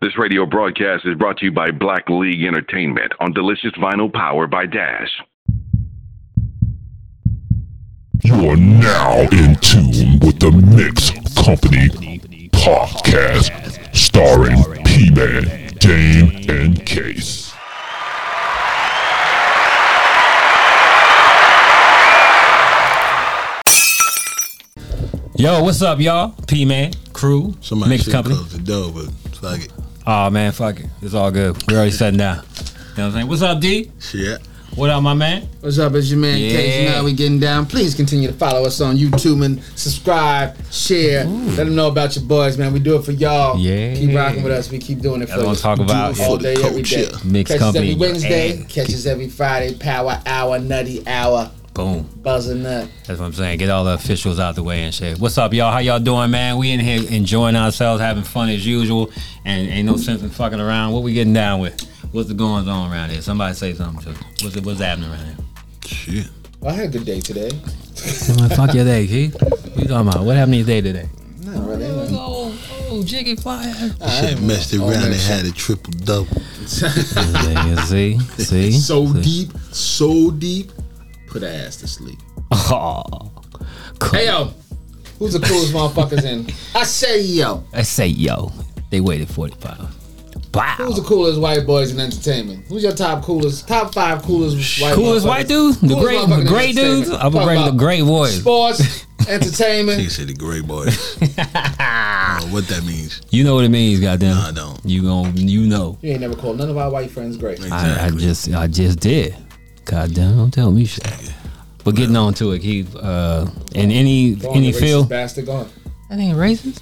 This radio broadcast is brought to you by Black League Entertainment on delicious vinyl power by Dash. You are now in tune with the Mix Company podcast, starring P Man, Dame, and Case. Yo, what's up, y'all? P Man, crew, Somebody mixed should company. close the door, but it's like it. Oh man, fuck it, it's all good. We already sitting down. You know what I'm saying? What's up, D? Shit. What up, my man? What's up, it's your man yeah. Yeah. Now we getting down. Please continue to follow us on YouTube and subscribe, share. Let them know about your boys, man. We do it for y'all. Yeah. Keep rocking with us. We keep doing it That's for what I'm talking you. about. Dude, all for day, the every day. culture. Mixed catches company every in your Wednesday. ass. Catches every Friday. Power hour, nutty hour, Boom. buzzer nut. That's what I'm saying. Get all the officials out the way and shit. What's up, y'all? How y'all doing, man? We in here enjoying ourselves, having fun as usual, and ain't no sense in fucking around. What we getting down with? What's the goings on around here? Somebody say something to us. What's it, what's happening around here? Shit. Well, I had a good day today. fuck your day, Keith. You talking about? What happened to your day today? Not really. Oh, oh, jiggy fly. Shit messed all around that and shit. had a triple double. see, see. So see. deep, so deep. Put her ass to sleep. Oh, cool. Hey yo, who's the coolest motherfuckers in? I say yo. I say, yo, they waited 45. Wow. Who's the coolest white boys in entertainment? Who's your top coolest, top five coolest white Coolest white motherfuckers? dudes? The Coolest great- motherfuckers the in great entertainment. dudes? I'ma Talk bring the about great boys. Sports, He entertainment. said the gray boy. I don't know what that means. you know what it means, goddamn. No, I don't. You gon' you know. You ain't never called none of our white friends great. I, I Exactly. just I just did. Goddamn, don't tell me shit. But getting on to it, Keith, uh, in any Go on, any the racist field, Bastard gone. that ain't racist.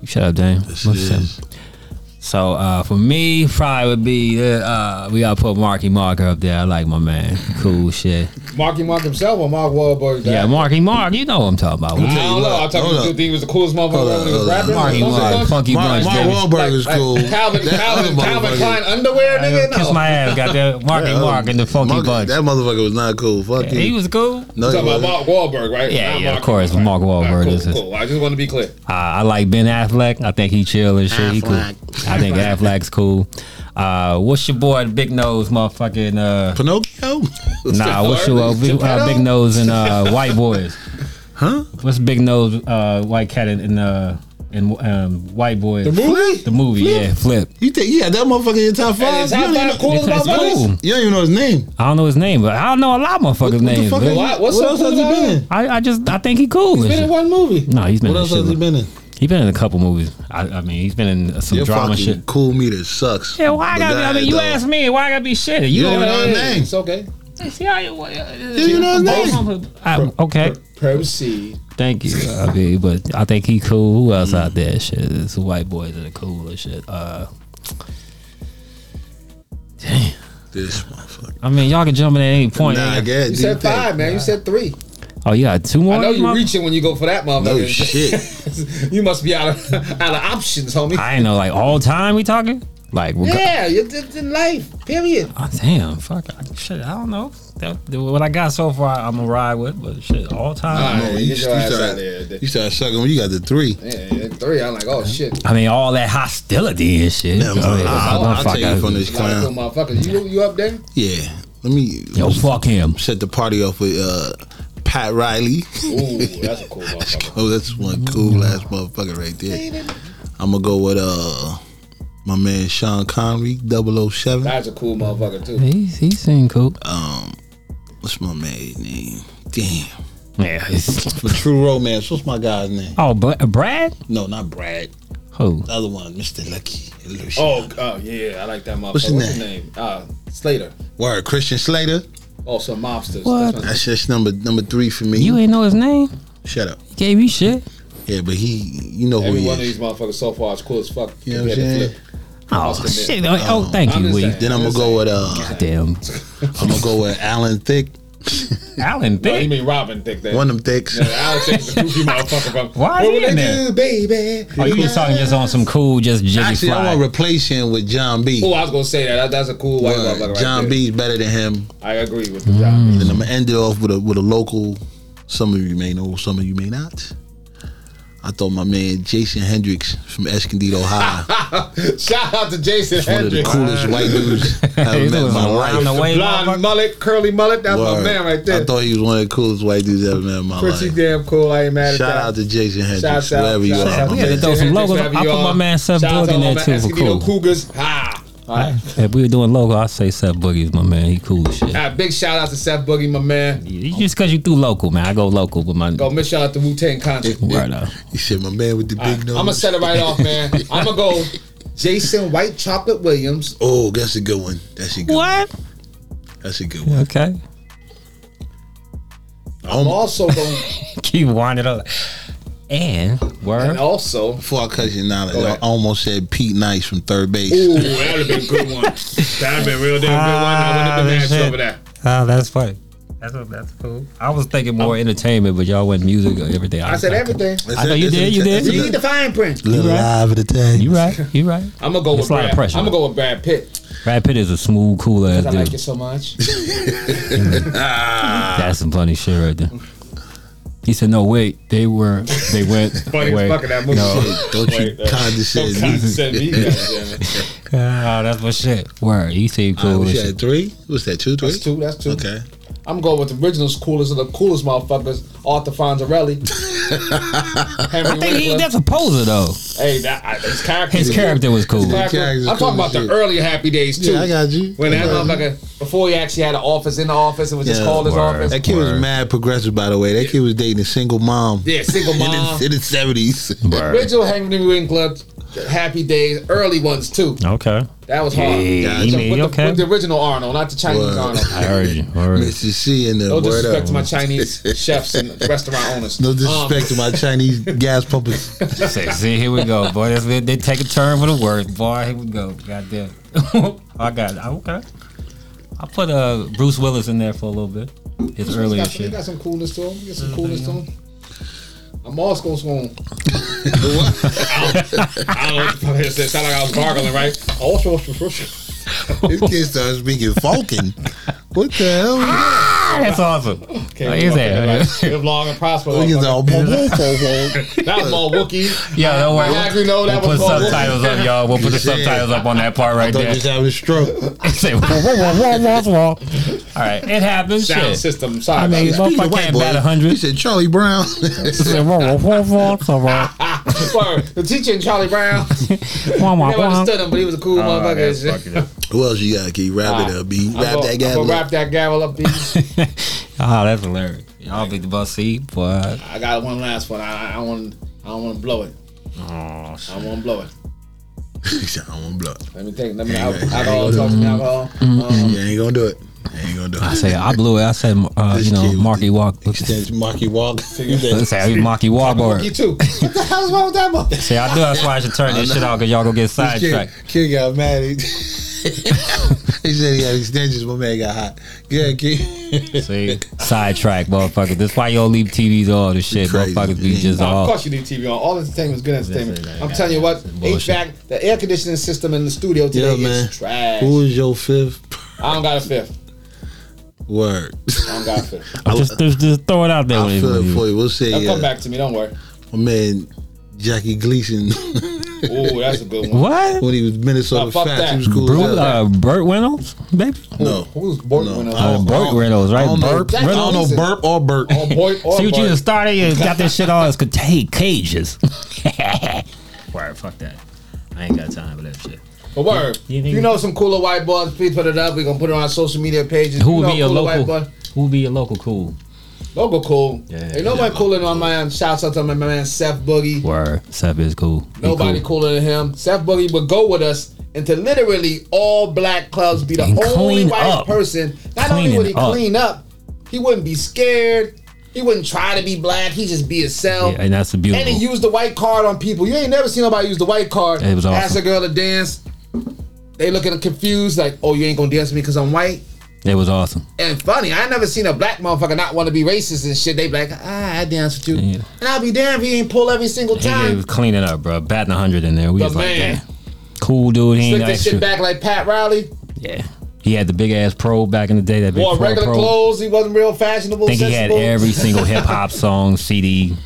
You Shut up, Dame. This What's up? is So uh, for me, probably would be uh, uh, we gotta put Marky Mark up there. I like my man, cool shit. Marky Mark himself or Mark Wahlberg? Yeah, Mark. Marky Mark, you know what I'm talking about. I Tell you don't know. what, I thought hold you up. think he was the coolest motherfucker when he was Hold up, rapping. Marky Those Mark, motherfuckers? funky Mark, bunch, Mark baby. Wahlberg is Like cool. Calvin, That Calvin, other Calvin motherfucker- Klein underwear, nigga. Kiss No. my ass, got that Marky Yeah, Mark and the funky Mark- bunch. That motherfucker was not cool. Fuck you. he was cool. no, You he talking about wasn't. Mark Wahlberg, right? Yeah, Not yeah, of Marky course, Mark. Mark All right, Wahlberg cool, is his- cool. I just want to be clear. Uh, I like Ben Affleck. I think he chill and shit. He cool. I think Affleck's cool. Uh, what's your boy, Big Nose, motherfucking? Uh, Pinocchio? nah, what's your uh, big, uh, Big Nose and uh, White Boys? Huh? What's Big Nose, uh, White Cat and, and uh, and um, White Boys? The movie? The movie, yeah, Flip. You think you had that motherfucker in your top Hey, five? is you, top don't even five know, coolest It's motherfuckers? cool. you don't even know his name. I don't know his name, but I don't know a lot of motherfuckers' What the names. fuck? but Why- what what's so else cool has he about been him? in? I, I just I think he cool. and Been shit. in one movie. No, he's been What in else shit. has he been in? He been in a couple movies. I, I mean, he's been in some Your drama fucking shit. cool meter sucks. Yeah, why I But gotta be? I God, mean, you dog. asked me, why I gotta be shit? You You don't don't even know his name. It's okay. see how you. uh, you know his name? Uh, okay, Proceed. thank you. I mean, but I think he cool. Who else out there? Shit, it's white boys that are cool and shit. Uh, This motherfucker. I mean, y'all can jump in at any point. Nah, I ain't it? guess. You said five, man. You said three. oh, you got two more. I know you mother- reaching when you go for that No motherfucker. shit. you must be out of out of options, homie. I ain't know, like all time we talking. Like, we got- yeah, you did in life. Period. oh, damn, fuck, I, shit, I don't know. That, what I got so far, I'm gonna ride with, but shit, all time. All right, you, get your ass start, out there. you start sucking when you got the three. Yeah, three. I'm like, oh shit. I mean, all that hostility and shit. Oh, Yeah, I'm I mean, like, I'll, I'll, fuck take out it from of- this A lot of cool clown. motherfuckers. You you up there? Yeah, let me Yo, fuck him. set the party off with uh, Pat Riley. Ooh, that's a cool motherfucker. oh, that's one Mm-hmm. cool ass motherfucker right there. I'm gonna go with uh, my man Sean Connery, 007. That's a cool motherfucker too. He's he seemed cool. Um, what's my man's name? Damn, Yeah. for True Romance. What's my guy's name? Oh, but Brad? No, not Brad. Who? The other one, Mr. Lucky. Oh, oh yeah, I like that motherfucker. What's What's his his name? Uh, Slater. word Christian Slater. Also mobsters. What? That's my- That's just number number three for me. You ain't know his name? Shut up. He gave you shit. Yeah, but he, you know who Every he one of these is. motherfuckers so far is cool as fuck. Oh, You know what I'm compared to saying? Flip. Oh must admit. shit. Oh, oh, thank I'm you, just Wee. saying. Then I'm gonna go with uh, Damn. I'm gonna go with Alan Thick, Alan No, Oh, you Thick. mean Robin thick that. one of them thicks. I don't think the goofy motherfucker from. Why is What he would in they there? do, baby? Oh, you was talking just on some cool, just jiggy Actually, I fly. want to replace him with John B. Oh, I was gonna say that. that. That's a cool white Word. motherfucker. Right John there. B's better than him. Mm-hmm. I agree with the John B. And I'm gonna end it off with a with a local. Some of you may know, some of you may not. I thought my man Jason Hendricks from Escondido High, Mm. Shout out to Jason one of the Hendricks. coolest white dudes I've met He's in looking my around life. the way, Blonde motherfucker. mullet, curly mullet. That's my Word. man right I there. thought he was one of the coolest white dudes I've ever met in my Pretty life. damn cool. I ain't mad at Shout that. out to Jason Hendricks, Shout out, wherever you shout are. out my to Yeah, they man. throw some logos. I put my man Seth Shout out Boogie to in there all my too for Escondido cool. Cougars. Ha! All right. If we were doing logo, I'd say Seth Boogie's my man. He cool as shit. All right, big shout out to Seth Boogie, my man. You- Just cause you do local, man. I go local with my Go, miss shout out to Wu Tang Contra. right up. He said, my man with the big nose. I'm gonna set it right off, man. I'm gonna go Jason White Chocolate Williams. Oh, that's a good one. That's a good What? one. That's a good one. Okay. I'm also going Keep winding up. And and word. also. Before I cut your knowledge, I ahead. almost said Pete Nice from third base. Ooh, that would have been a good one. That would have been a real damn good one. I wouldn't Ah, have been mad at you shit. over that. Oh, that's funny. That's that's cool. I was thinking more entertainment, but y'all went music or everything. I said everything. That's I know it, you that's did, it, you that's did. it. You need the fine print. Little You right. live of the tag. You right. You right. I'm gonna go It's with a lot of Brad. pressure. I'm gonna go with Brad Pitt. Brad Pitt is a smooth, cool ass 'cause I like dude. it so much. That's some funny shit right there. He said, "No, wait. They were. They went. Funny as wait. fuck in that movie. Oh, Don't you Wait, uh, condescend. Don't condescend me, goddammit. Ah, that's my shit. Word. He said All right, Oh, cool. what as you shit. had three? What's that, two, three? That's two. That's two. Okay. I'm going with the originals, coolest of the coolest motherfuckers, Arthur Fonzarelli. Henry I think he, Winkler. that's a poser though. hey, that, I, his character. His character was cool. Character- character's I'm cool talking about as the shit. early Happy Days too. Yeah, I got you. When that Yeah. motherfucker, before he actually had an office in the office, it was just Yeah. called his Word. office. That kid Word. was mad progressive, by the way. That kid was dating a single mom. Yeah, single mom. In the seventies. Word. Original Henry Winkler, Happy Days, early ones too. Okay. That was hard. Yeah, With he the- made- with, the, okay. with the original Arnold, not the Chinese Word. Arnold. I heard you. Word. Mrs. C and the No word disrespect up. to my Chinese chefs and restaurant owners. No Um, disrespect to my Chinese gas pumpers. Say, see, here we go, boy. That's, they, they take a turn for the worse, boy. Here we go. Goddamn. I got it. Oh, Okay. I put uh, Bruce Willis in there for a little bit. His He earlier got, he shit. Mm-hmm. got some coolness to him. He got some coolness to him. I'm also going to I don't know what the fuck I just said. Sound like I was gargling, right? Oh, Also, this kid started speaking Falcon. What the hell? Ah, that's awesome. okay, Oh, he's there. live long and prosper. Look at motherfucker. all boom, boom, boom, boom. That was more Wookiee. Yeah, don't worry. Like, you know, we'll that put was more subtitles up, y'all. We'll put the Shit. subtitles up on that part right Don't there. just have a stroke. Say, wah, wah, wah, wah, wah, wah. All right, it happens. Sound Shit. system. Sorry. I mean, about Speaking motherfucker of white can't boy, bat a He hundred. said Charlie Brown. Say, wah, wah, wah, wah, so, wah, that. Word. the teacher in Charlie Brown. wah, wah, Never wah. understood him, but he was a cool motherfucker. and shit. Who else you got? Can you wrap it up, B? Ah, I'm Wrap gonna- that I'm gonna guy up. wrap that gavel up. B. Ah, that's hilarious. Y'all beat the bus seat, boy. I got one last one. I, I, I want. I don't want to blow it. Oh, I don't want to blow it. He said, I won't blow. it. Let me think. Let me al- alcohol. Talk to me alcohol. Um, Mm-hmm. You ain't gonna do it. You ain't gonna do it. I say I blew it. I said, uh, This you know, kid with Marky the Walk. Say Extends Marky Walk. You said, I was "Oh, Marky Um, you Wahlberg. too. What the hell is wrong with that motherfucker? See, I do. That's why I should turn this shit off because y'all gonna get kid, sidetracked. kid got mad. He, he said he had extensions. My man got hot. Yeah, kid. See, sidetracked, motherfucker. That's why y'all leave TVs all this shit, Crazy. motherfuckers. Be just No, of off. course you need TV on. All entertainment is good entertainment. That's Oh. it, I'm yeah. telling you what, Bullshit. HVAC, the air conditioning system in the studio Yeah, today man. is trash. Who is your fifth I don't got a fifth. word? I don't got a fifth. I just, just, just throw it out there. I When feel it you- for you. We'll say, They'll come uh, back to me. Don't worry. my man Jackie Gleason Ooh, that's a good one. what? when he was Minnesota Nah, fuck Fats. that. He was cool. Bru as hell. uh, Burt Reynolds, baby. no. Who's Bork No. winner? Uh, Oh, Burt oh, Reynolds, I right? don't know. Burp Jack- I Reynolds. don't know burp or Burt. Oh, boy, or See what you Bork. just started. You got this shit all as contained cages. Word, fuck that. I ain't got time for that shit. But word. You You, think- know some cooler white boys, please put it up. We're gonna put it on our social media pages. Who You would know be your cooler white local? boy. Who would be your local cool? Local cool. Yeah, Ain't nobody cooler than my man. Shouts out to my man Seth Boogie. Word, Seth is cool. He Nobody cool. cooler than him. Seth Boogie would go with us into literally all black clubs, be the And only clean white up. person. Not only would he Cleaning up. clean up, he wouldn't be scared. He wouldn't try to be black. He just be himself. Yeah, and that's the beautiful. and he used the white card on people. You ain't never seen nobody use the white card. It was Ask awesome. a girl to dance. They looking confused, like, oh, you ain't gonna dance with me because I'm white. It was awesome. And funny, I never seen a black motherfucker not want to be racist and shit. They be like, ah, I dance with you, Yeah. and I'll be damned if he ain't pull every single He time. was cleaning up, bro. Batting hundred in there. We The was like, man. damn, cool dude. He ain't Slick this shit extra. back like Pat Riley. Yeah, he had the big ass pro back in the day. That big Wore pro. regular pro. clothes. He wasn't real fashionable. think he had sensible. every single hip hop song CD.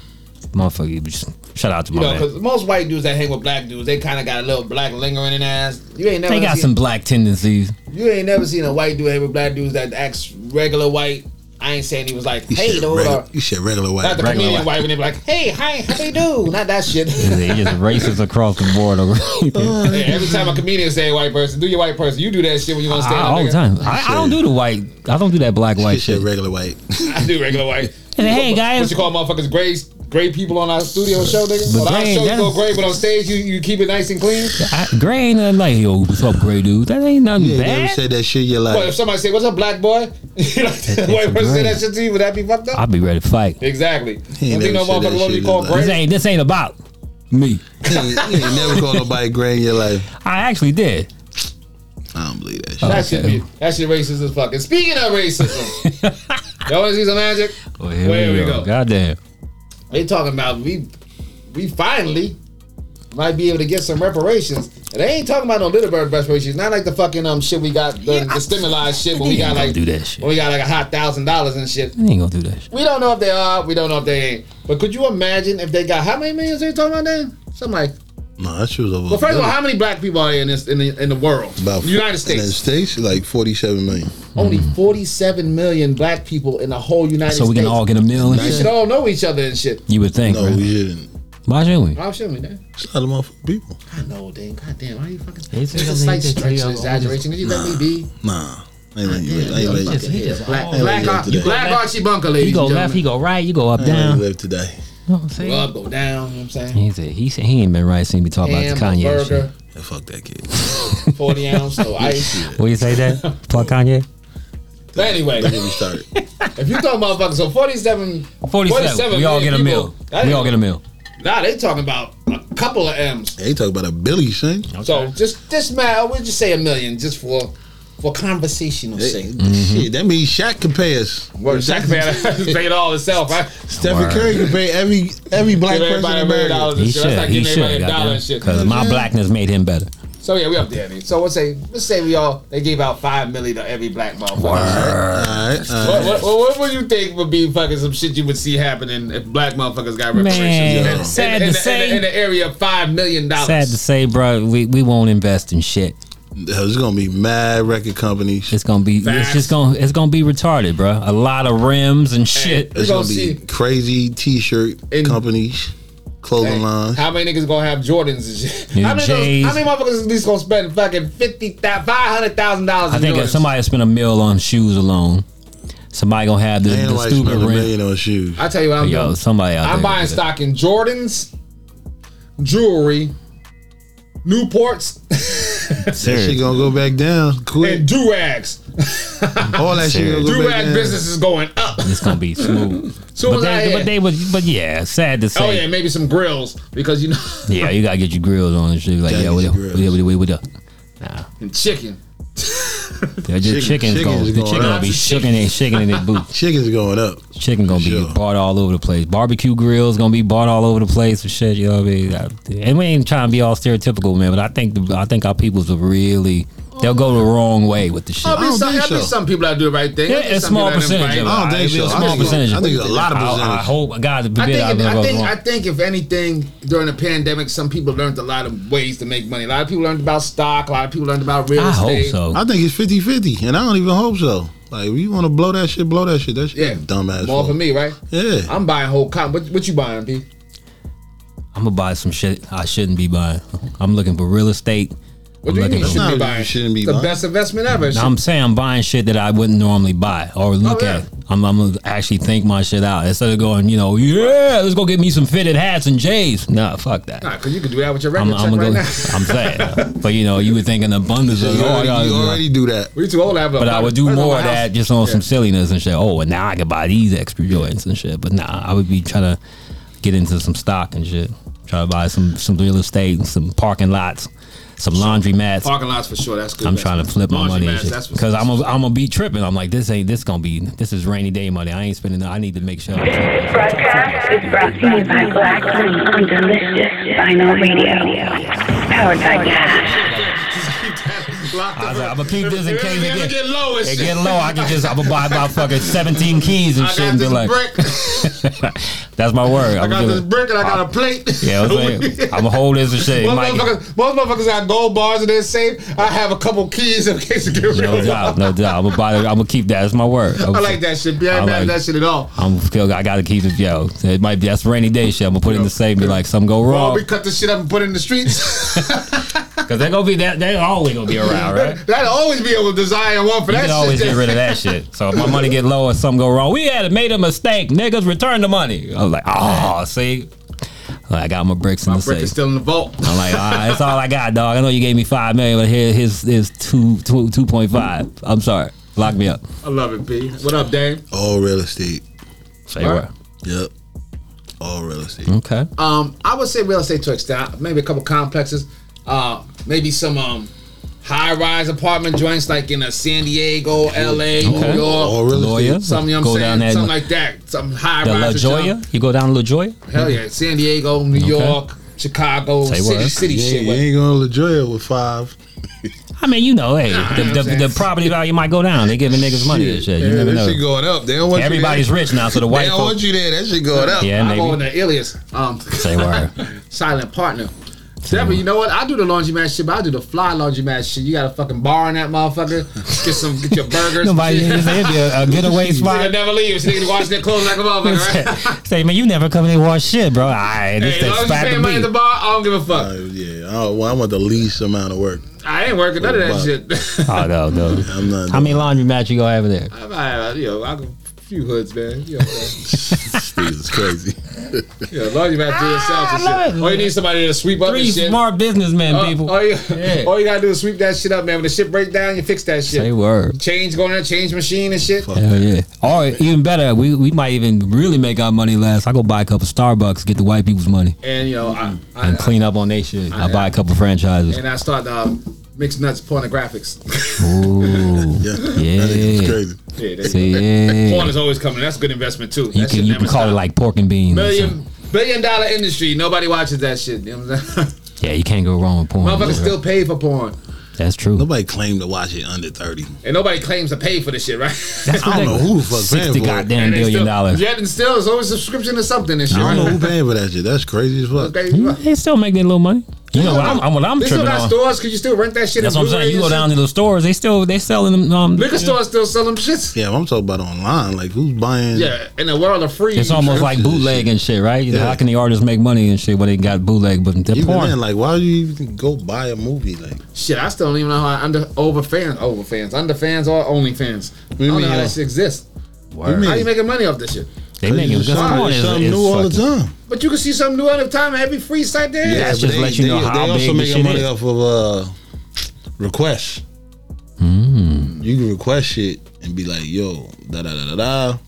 Motherfucker, he was just Shout out to You my know, man. because most white dudes that hang with black dudes, they kind of got a little black lingering in their ass. You ain't never They got seen, some black tendencies. You ain't never seen a white dude hang with black dudes that acts regular white. I ain't saying he was like, You hey, said dude. regu- or- you said regular Not white. the Regular comedian white. white when they be like, hey, hi, how you do? Not that shit. They just racist across the board. Uh, over- Hey, every time a comedian say white person, do your white person. You do that shit when you want to I, stand up. Ah, all the nigga. time. I, I don't do the white. I don't do that black You white said shit. regular white. I do regular white. And hey, What- guys. what you call motherfuckers gray? Gray people on our studio show, nigga. But On our gray, show you that go is- gray, but on stage you, you keep it nice and clean. I, gray ain't nothing like yo. What's up, gray dude? That ain't nothing You ain't never bad. said that shit in your But if life. somebody say, "What's up, black boy?" you know, the white person say that shit to you, would that be fucked up? I'll be ready to fight. exactly. He ain't Don't think never said no motherfucker that what you shit in call his gray. This ain't this ain't about me. you ain't you ain't never called nobody gray in your life. I actually did. I don't believe that shit. That shit, be, that shit racist as fuck. And speaking of racism, y'all want to see some magic? Oh, here Where we, we go. go. Goddamn. They talking about we we finally might be able to get some reparations. And they ain't talking about no little bird reparations. Not like the fucking um shit we got the, the stimuli shit when we Yeah, got don't like do that shit. when we got like a hot thousand dollars and shit. I ain't gonna do that shit. We don't know if they are. We don't know if they ain't. But could you imagine if they got how many millions they talking about then? Something like. No, that shit was over. Well, first of all, how many black people are in this in the in the world? About United United States. States, like forty-seven million. Only forty-seven million black people in the whole United So we States. can all get a meal and we should shit. all know each other and shit. Oh, You would think. No, right? we didn't. Why shouldn't we? Why shouldn't we? Dan? It's a lot of motherfucking people. I know, damn. God damn. Why you fucking? They It's say a something slight they tell stretch you and all- exaggeration. Could you let me be? Nah, I ain't letting you. I ain't Yeah, letting you- just- he yeah, just Black, all- black, he Ar- just did that. black Archie Bunker, ladies. He go and left, he gentlemen. go right, you go up, I ain't letting down. you live today. You know what I'm saying? Go up, go down. You know what I'm saying? He said he said he ain't been right seeing me talk about the Ham, a Kanye burger, shit. Yeah, fuck that kid. forty ounce, no ice. What you say that? Fuck Kanye? But anyway, Don't get me started. if you talking motherfuckers, so 47, 47. we all get a million meal. people, that We ain't- all get a meal. Nah, they talking about a couple of M's. They talk about a Billy son. So just this man, we'll just say a million, just for for conversational They- sake. Shit, that means Shaq can pay us. Word, Shaq man, pay it all himself. Right? Stephen Curry can pay every every black Give person everybody in a million America. dollars. He and shit. That's should. like He giving everybody should. a dollar and Goddamn. shit. Because my blackness made him better. So yeah, we up there. Then. So let's say let's say we all they gave out five million to every black motherfucker. Alright, What, alright. what, what, what would you think would be fucking some shit you would see happening if black motherfuckers got reparations? Man, in, sad in, to in, say. in, the, in the area of five million dollars. Sad to say, bro, we, we won't invest in shit. There's gonna be mad record companies. It's gonna be it's Facts. just gonna it's gonna be retarded, bro. A lot of rims and shit. we There's gonna gonna be see. crazy T-shirt In- companies, clothing lines. How many niggas gonna have Jordans and shit? Yeah, how, many niggas- J's. how many motherfuckers at least gonna spend fucking fifty thousand, five hundred thousand dollars? I think Jordans? if somebody spent a mill on shoes alone, somebody gonna have the, Ain't the nobody stupid spend a rim. million on shoes. I tell you what I'm Yo, doing. somebody out I'm there. buying stock in Jordans, jewelry, Newports, That shit gonna go back down and quick. durags. Oh, All that shit gonna go back Durag down. business is going up. It's gonna be smooth. Soon but, as I they, hit- but they would, but yeah, sad to Oh say. yeah, maybe some grills because you know yeah. you gotta get your grills on and shit. Like, Gotta yeah, get what your up? grills. What up? What up? What up? Nah, and chicken. yeah, your chicken's, chicken's gonna, the going chicken up. gonna be Chicken. shaking and shaking in their boots. Chicken's going up. Chicken gonna be Sure. bought all over the place. Barbecue grills gonna be bought all over the place and shit. You know what I mean? I- And we ain't trying to be all stereotypical, man. But I think the, I think our peoples are really they'll go the wrong way with the shit. There'll be, don't some, think there'll be so. some people that do the right thing. Yeah, There'll be a some small people that do percentage. right. Of it. I don't think Maybe so. a I small think- percentage. I think a lot of I- I, I percentage. hope God forbid I think, I, if, never I, was think, wrong. I think if anything during the pandemic, some people learned a lot of ways to make money. A lot of people learned about stock. A lot of people learned about real I hope estate. so. I think it's 50-50, and I don't even hope so. Like, if you want to blow that shit, blow that shit. That shit, Yeah, dumbass. More folk. for me, right? Yeah, I'm buying whole cotton. What, what you buying, P? I'm gonna buy some shit I shouldn't be buying. I'm looking for real estate. What I'm do you looking mean you for. shouldn't No, be you buying? shouldn't be the buying. best investment ever. Now, I'm saying I'm buying shit that I wouldn't normally buy Oh, or look yeah. at. I'm, I'm gonna actually think my shit out instead of going, you know, yeah, let's go get me some fitted hats and J's. Nah, fuck that. Nah, cause you could do that with your I'm, record check I'm gonna right go. now. I'm sad, but you know, you would think an abundance of. you oh, I already, gotta you do that. already do that. We too old to have a. But I would do Where's my more of house? that just on some silliness and shit. Oh, and now I can buy these extra joints and shit. But nah, I would be trying to get into some stock and shit. Try to buy some some real estate, and some parking lots, some laundry mats. Parking lots for sure. That's good. I'm trying to flip my money and shit because I'm a. i I'm gonna be tripping. I'm like, this ain't this gonna be this is rainy day money. I ain't spending. I need to make sure. I'm tripping. broadcast is brought to you by Black Honey on Delicious Vinyl Radio. Powered by Gas. I said, I'ma keep this in case it get, get- low. and It shit. get low. I can just I'm gonna buy about fucking 17 keys and I shit got and be this like, brick. That's my word. I I'm got gonna- this brick and I got a plate. Yeah, I'm saying I'm a hold this and shit. Most Mike, motherfuckers, most motherfuckers got gold bars in their safe. I have a couple keys in case it gets no real. doubt, no doubt. I'm gonna buy. I'm gonna keep that. That's my word. I like that shit. B. I ain't I mad at like- that shit at all. I'm still. I gotta keep it. Yo, it might be that's rainy day shit. I'm gonna put it in the safe. and Be like, something go Bro, wrong we cut this shit up and put it in the streets. because they're gonna be that. They're always gonna be around, right? That'd always be able to desire and want for You that can always shit. get rid of that shit. So if my money get low or something go wrong, we had made a mistake. Niggas, return the money. I was like, oh, see, I got my bricks in the Brick safe. is still in the vault. I'm like, all right, that's all I got, dog. I know you gave me five million, but here, here's, here's two, two, two point five. I'm sorry. Lock me up. I love it, B. What up, Dame? All real estate. Say what? Yep. All real estate. Okay. Um, I would say real estate to extent, maybe a couple complexes, uh, maybe some um, high-rise apartment joints like in a San Diego, L.A., New All York. real Lawyer. estate. Some, you know Oh, Go what down I'm there. saying? Something like that. Some high The La rise. Jolla. You go down to La Jolla. Hell yeah. San Diego, New York, Chicago, Say city, what? city You shit. ain't, you ain't going to La Jolla with five. I mean, you know, hey, you know the, what I'm the, the saying? property value might go down. They giving niggas money and shit. You Yeah, never that know. shit going up. They don't want Everybody's you rich now, so the there. white They don't folks. want you there. That shit going up. Yeah, I'm on maybe. the alias. Um, Say word. silent partner. Definitely, you know what? I do the laundromat shit, but I do the fly laundromat shit. You got a fucking bar in that motherfucker. Get some, get your burgers. Nobody, Nobody. it'd be a, a getaway Nigga spot. never leaves. Nigga washing their clothes like a motherfucker. Right? Say, man, you never come in and wash shit, bro. All right, this that Hey, as long as you spot paying money at to the be. bar, I don't give a fuck. Uh, yeah. I, well, I want the least amount of work. I ain't working none of that Fuck. shit. Oh no, no. I'm not. How many laundry mats you gonna have in there? I, I, you know, I got a few hoods, man. You know, man. It's crazy. Yeah, laundromat do yourself and I shit. love it. Or you need somebody to sweep up Three and shit. smart businessmen, Uh, people. All you, Yeah. all you gotta do is sweep that shit up, man. When the shit break down, you fix that shit. Say word. Change going in, a change machine and shit. Hell yeah. Or even better, we, we might even really make our money last. I go buy a couple Starbucks, get the white people's money, And you know, I, I, and clean up on their shit. I buy a couple franchises. and I start um, mixed nuts pornographics. Ooh. Yeah. That shit's Yeah. crazy. yeah, there you See, go. Porn yeah. is always coming. That's a good investment too. You that can shit you never can call it stop. like pork and beans. or something. billion billion dollar industry. Nobody watches that shit. You know what I'm saying? Yeah, you can't go wrong with porn. Motherfuckers still pay for porn, That's true. Nobody claimed to watch it under 30. and nobody claims to pay for this shit, right? That's I don't know who the fuck paying sixty for it. goddamn And they billion still, dollars. Yet and still, it's always a subscription to something and shit. I Right? don't know who paying for that shit. That's crazy as fuck. Okay, They still make that little money. You know what I'm, I'm, what I'm they still tripping got on. stores because you still rent that shit. That's in what I'm saying. You go Blu-rays down and to the stores, they still they selling them. Um, shit. Liquor stores still sell them shits. Yeah, I'm talking about online. Like, who's buying? Yeah, in the world of free. It's almost like bootleg and shit, right? You know, Yeah. How can the artists make money and shit when they got bootleg? But they're Even porn. then, like, why do you even go buy a movie? Like, shit. I still don't even know how I under over fans, over fans, under fans, or only fans. I don't know mean, how uh, that shit exists. you How mean, you making money off this shit? they make it It's because something- porn is, something is new all the fucking- time. But you can see something new every time, every free site there. is. Yeah. but just let you know how big also the making shit money is. off of uh, requests. Hmm. You can request shit and be like, "Yo, da da da da da."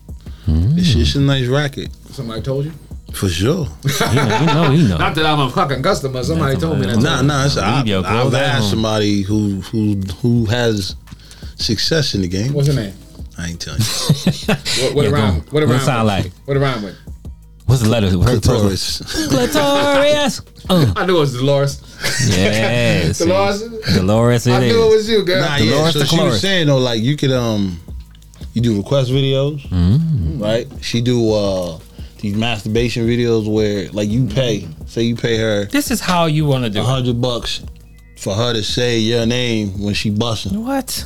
Hmm. This shit's a nice racket Somebody told you. for sure. Yeah, you know, you know. Not that I'm a fucking customer. Somebody That's told me that. amazing. nah, nah. It's, I, Leave your I've clothes at asked home. somebody who who who has success in the game. What's your name? I ain't telling you. What, what Yeah, go on. around? What What it around? sound with? like? What around with? What's the letter? Her first- Taurus. Clitoris. Uh, I knew it was Dolores. yeah. see. Dolores. Dolores. It I knew it is. was you, girl. Nah, yeah. Dolores So the she Chloris. was saying though, like you could um, you do request videos, Mm-hmm. right? She do uh these masturbation videos where like you pay, say you pay her This is how you want to do a it. hundred bucks for her to say your name when she busting, What?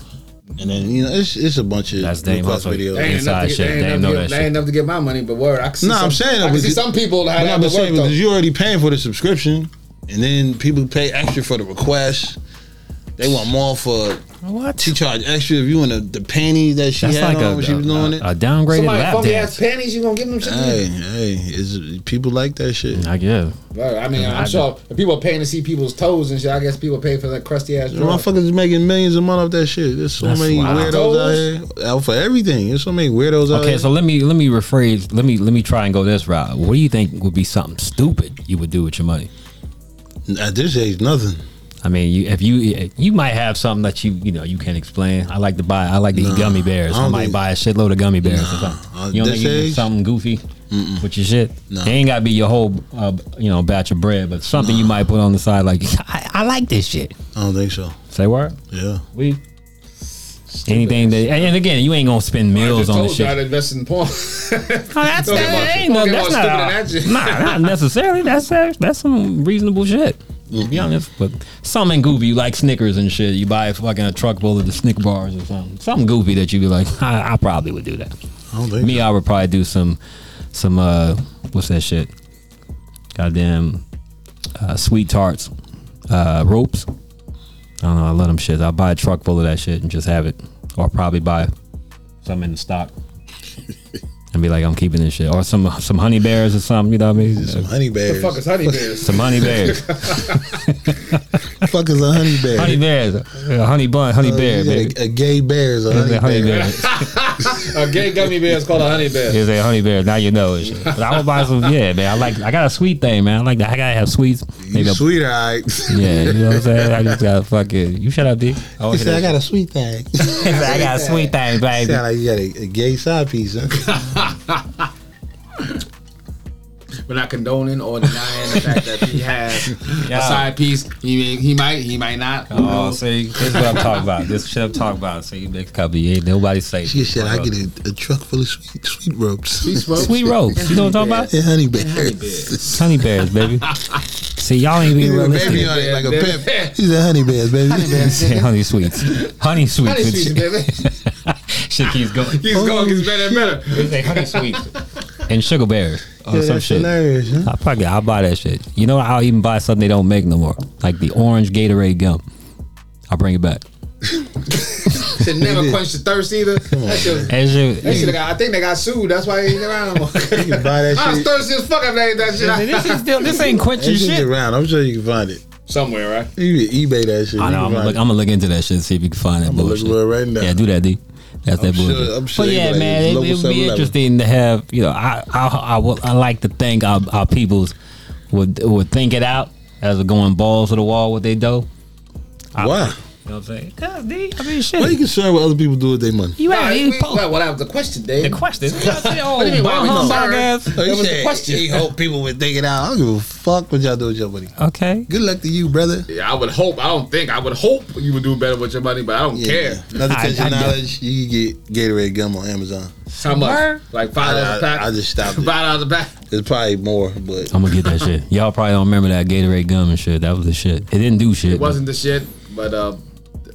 and then you know it's it's a bunch of That's Dame request Hustle. videos. They ain't enough Inside to get- shit. they ain't They enough know to that get- they shit. ain't enough to get my money, but word, I can see. Nah, I'm some- saying that I can we see could- some people that But have I'm to just work saying though. because you already paying for the subscription, and then people pay extra for the request. They want more for What? she charge extra if you in the, the panties that she That's had like on a, when she was doing a, it. a downgraded Somebody lap funky ass dance. panties, you gonna give them shit? Hey, hey, is people like that shit? I guess. Well, I mean, I'm sure if people are paying to see people's toes and shit, I guess people pay for that crusty ass drawer. Motherfuckers is making millions a month off that shit. There's so That's many wild. weirdos out here out for everything. There's so many weirdos out Okay, here. so let me let me rephrase. Let me let me try and go this route. What do you think would be something stupid you would do with your money? At this age, nothing. I mean, you if you you might have something that you you know you can't explain. I like to buy. I like to eat gummy bears. I I, don't might think- buy a shitload of gummy bears. or Nah, uh, something. You don't think this you do age? something goofy with your shit? Nah. It ain't got to be your whole uh, you know batch of bread, but something you might put on the side. Like I, I like this shit. I don't think so. Say what? Yeah. We Anything that, and and again, you ain't gonna spend I meals just on told this you I shit. to invest in porn. Oh, that's Talking that about- ain't no- talking that's about not stupid a- and nah, not necessarily. That's that's some reasonable shit. To be honest, but something goofy you like Snickers and shit. You buy fucking a truck full of the Snick bars or something. Something goofy that you'd be like, I, I probably would do that. I don't think Me, I would probably do some, some uh, what's that shit? Goddamn, uh, sweet tarts, uh, ropes. I don't know. I love them shits. I'll buy a truck full of that shit and just have it, or probably buy some in the stock. And be like, I'm keeping this shit, or some some honey bears or something. You know what I mean? some honey bears. Fuck is honey bears. Some honey bears, fuck is a honey bear? honey bears, a honey bun, honey Uh, bear, you got baby. a, a gay bear is a It's honey, a honey bear. A gay gummy bear is called a honey bear. It's a honey bear. Now you know it. shit. But I would buy some. Yeah, man. I like. I got a sweet thing, man. I like that. I gotta have sweets. You Maybe a- sweet, all right. Yeah, you know what I'm saying? I just got fucking. You shut up, D. I He want to said, I hear that got a sweet thing. shit. He said, I got a sweet thing, baby. Sound like you got a, a gay side piece, huh? We're not condoning or denying the fact that he has Yeah. a side piece. He may, he might, he might not. Who Oh, knows? see, this is what I'm talking about. This shit I'm talking about. See, next couple of years, nobody say. She said, I get a, a truck full of sweet, sweet ropes. He smokes. Sweet ropes. You know what I'm talking about? and honey bears. Honey bears, baby. See, y'all ain't being He put a baby realistic. on it like a Yeah, pimp. He said, honey bears, baby. Yeah, honey sweets. Honey sweets. Honey and sweets, shit. baby. shit keeps going. He's going, gets better and better. It's like honey sweets. And sugar bears or Yeah, some that's shit. hilarious, huh? I probably I'll buy that shit. You know I'll even buy something they don't make no more, like the orange Gatorade gum. I'll bring it back. Should never quench the thirst either. That shit, That shit- that shit got, I think they got sued. That's why he ain't around no more. You can buy that I was shit. thirsty as fuck after I ate that shit. Hey, this is still this ain't quenching That shit shit. around. I'm sure you can find it. Somewhere, right? You can eBay that shit. I You know. I'm can gonna, find look, it. I'm gonna look into that shit and see if you can find that I'm gonna look bullshit. for it right now. Yeah, do that, D. That's that sure- bullshit. I'm sure but they yeah, got man, it, local it would 7-Eleven. be interesting to have. You know, I I I, will- I like to think our, our peoples would would think it out as they're going balls to the wall with they do. Why? You know what I'm saying? Cause D, I mean Why are you shit. concerned what other people do with their money? You Nah, out we, here well, po- well, that was the question, Dave. the question. You know what I'm saying? do you mean, Oh, why are we bum concerned? humbug ass. That was the question. He hope people would think it out. I don't give a fuck what y'all do with your money. Okay. Good luck to you, brother. Yeah, I would hope. I don't think. I would hope you would do better with your money, but I don't care Another I- touch of I- knowledge, you can get Gatorade gum on Amazon. how much. Word. Like five I- dollars a pack. I just stopped it. Five dollars a pack. It's probably more, but I'm gonna get that shit. Y'all probably don't remember that Gatorade gum and shit. That was the shit. It didn't do shit. It wasn't the shit, but uh,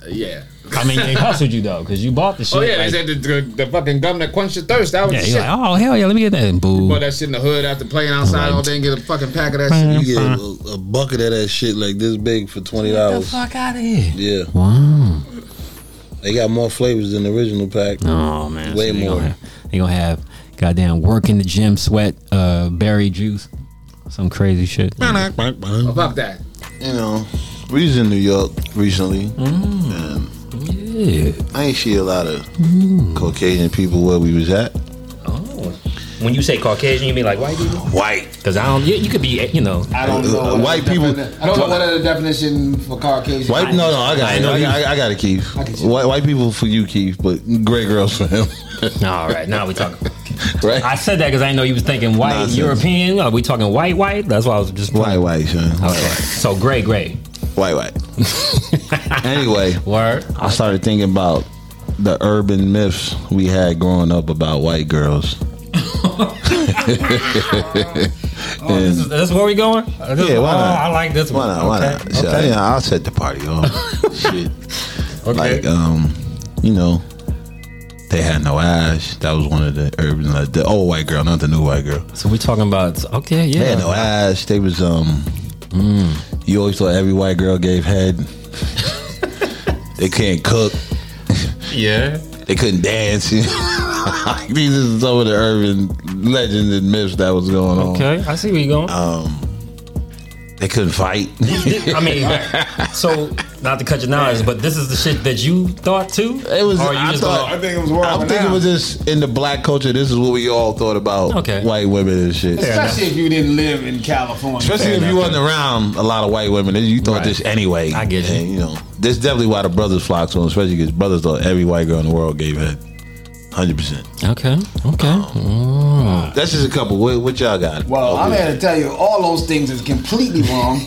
yeah. I mean, they hustled you though, because you bought the shit. Oh yeah, like- they said the, the, the fucking gum that quenched your thirst. That was Yeah, the you shit. like, oh hell yeah, let me get that and boo. Bought that shit in the hood after playing outside all day and get a fucking pack of that Man. shit. you get a, a bucket of that shit like this big for twenty the dollars. fuck out of here. Yeah, Wow. they got more flavors than the original pack. Oh man. Way they more. Gonna have, they gonna have goddamn work in the gym sweat, uh berry juice. Some crazy shit. Oh, You fuck that. know, we was in New York recently, and Yeah. I ain't see a lot of Caucasian people where we was at. When you say Caucasian, you mean like white people? White, Because I don't. You, you could be, you know. I don't know. Uh, what white the people- defini- I don't know what are the definition for Caucasian. white. No, no, I got, I it. know I, you- got- I, I got it, Keith. White, white people for you, Keith, but gray girls for him, all right, now we talking. right? I said that because I know you was thinking white Nonsense. European. Are we talking white white? That's why I was just White, white, son. Okay. So gray gray. White, white. anyway, Word. I started thinking about the urban myths we had growing up about white girls. Oh, this is, this is where we going? Uh, this- Yeah, why oh, not? I like this Why one. not? Why Okay, not? So, okay, yeah, I'll set the party off. Shit. okay. Like, um, you know, they had no eyes. That was one of the urban, like, the old white girl, not the new white girl. So we're talking about okay, yeah. Mm. They had no eyes. They was, um, you always thought every white girl gave head. they can't cook. Yeah. They couldn't dance. Like, These are some of the urban legends and myths that was going on. Okay, I see where you're Um, going. They couldn't fight. I mean, so not to cut your knowledge, but this is the shit that you thought too. It was. Or Oh, you I just thought. gonna- I think it was. I'm thinking it was just in the black culture. This is what we all thought about. Okay. White women and shit. Especially if you didn't live in California. Especially if you wasn't around a lot of white women, you thought Right. this anyway. I get you. And, you know, this is definitely why the brothers flocked on, especially because brothers thought every white girl in the world gave head. Hundred percent. okay, okay. Oh. That's just a couple. What, what y'all got? Oh, Well, I'm here to tell you, all those things is completely wrong.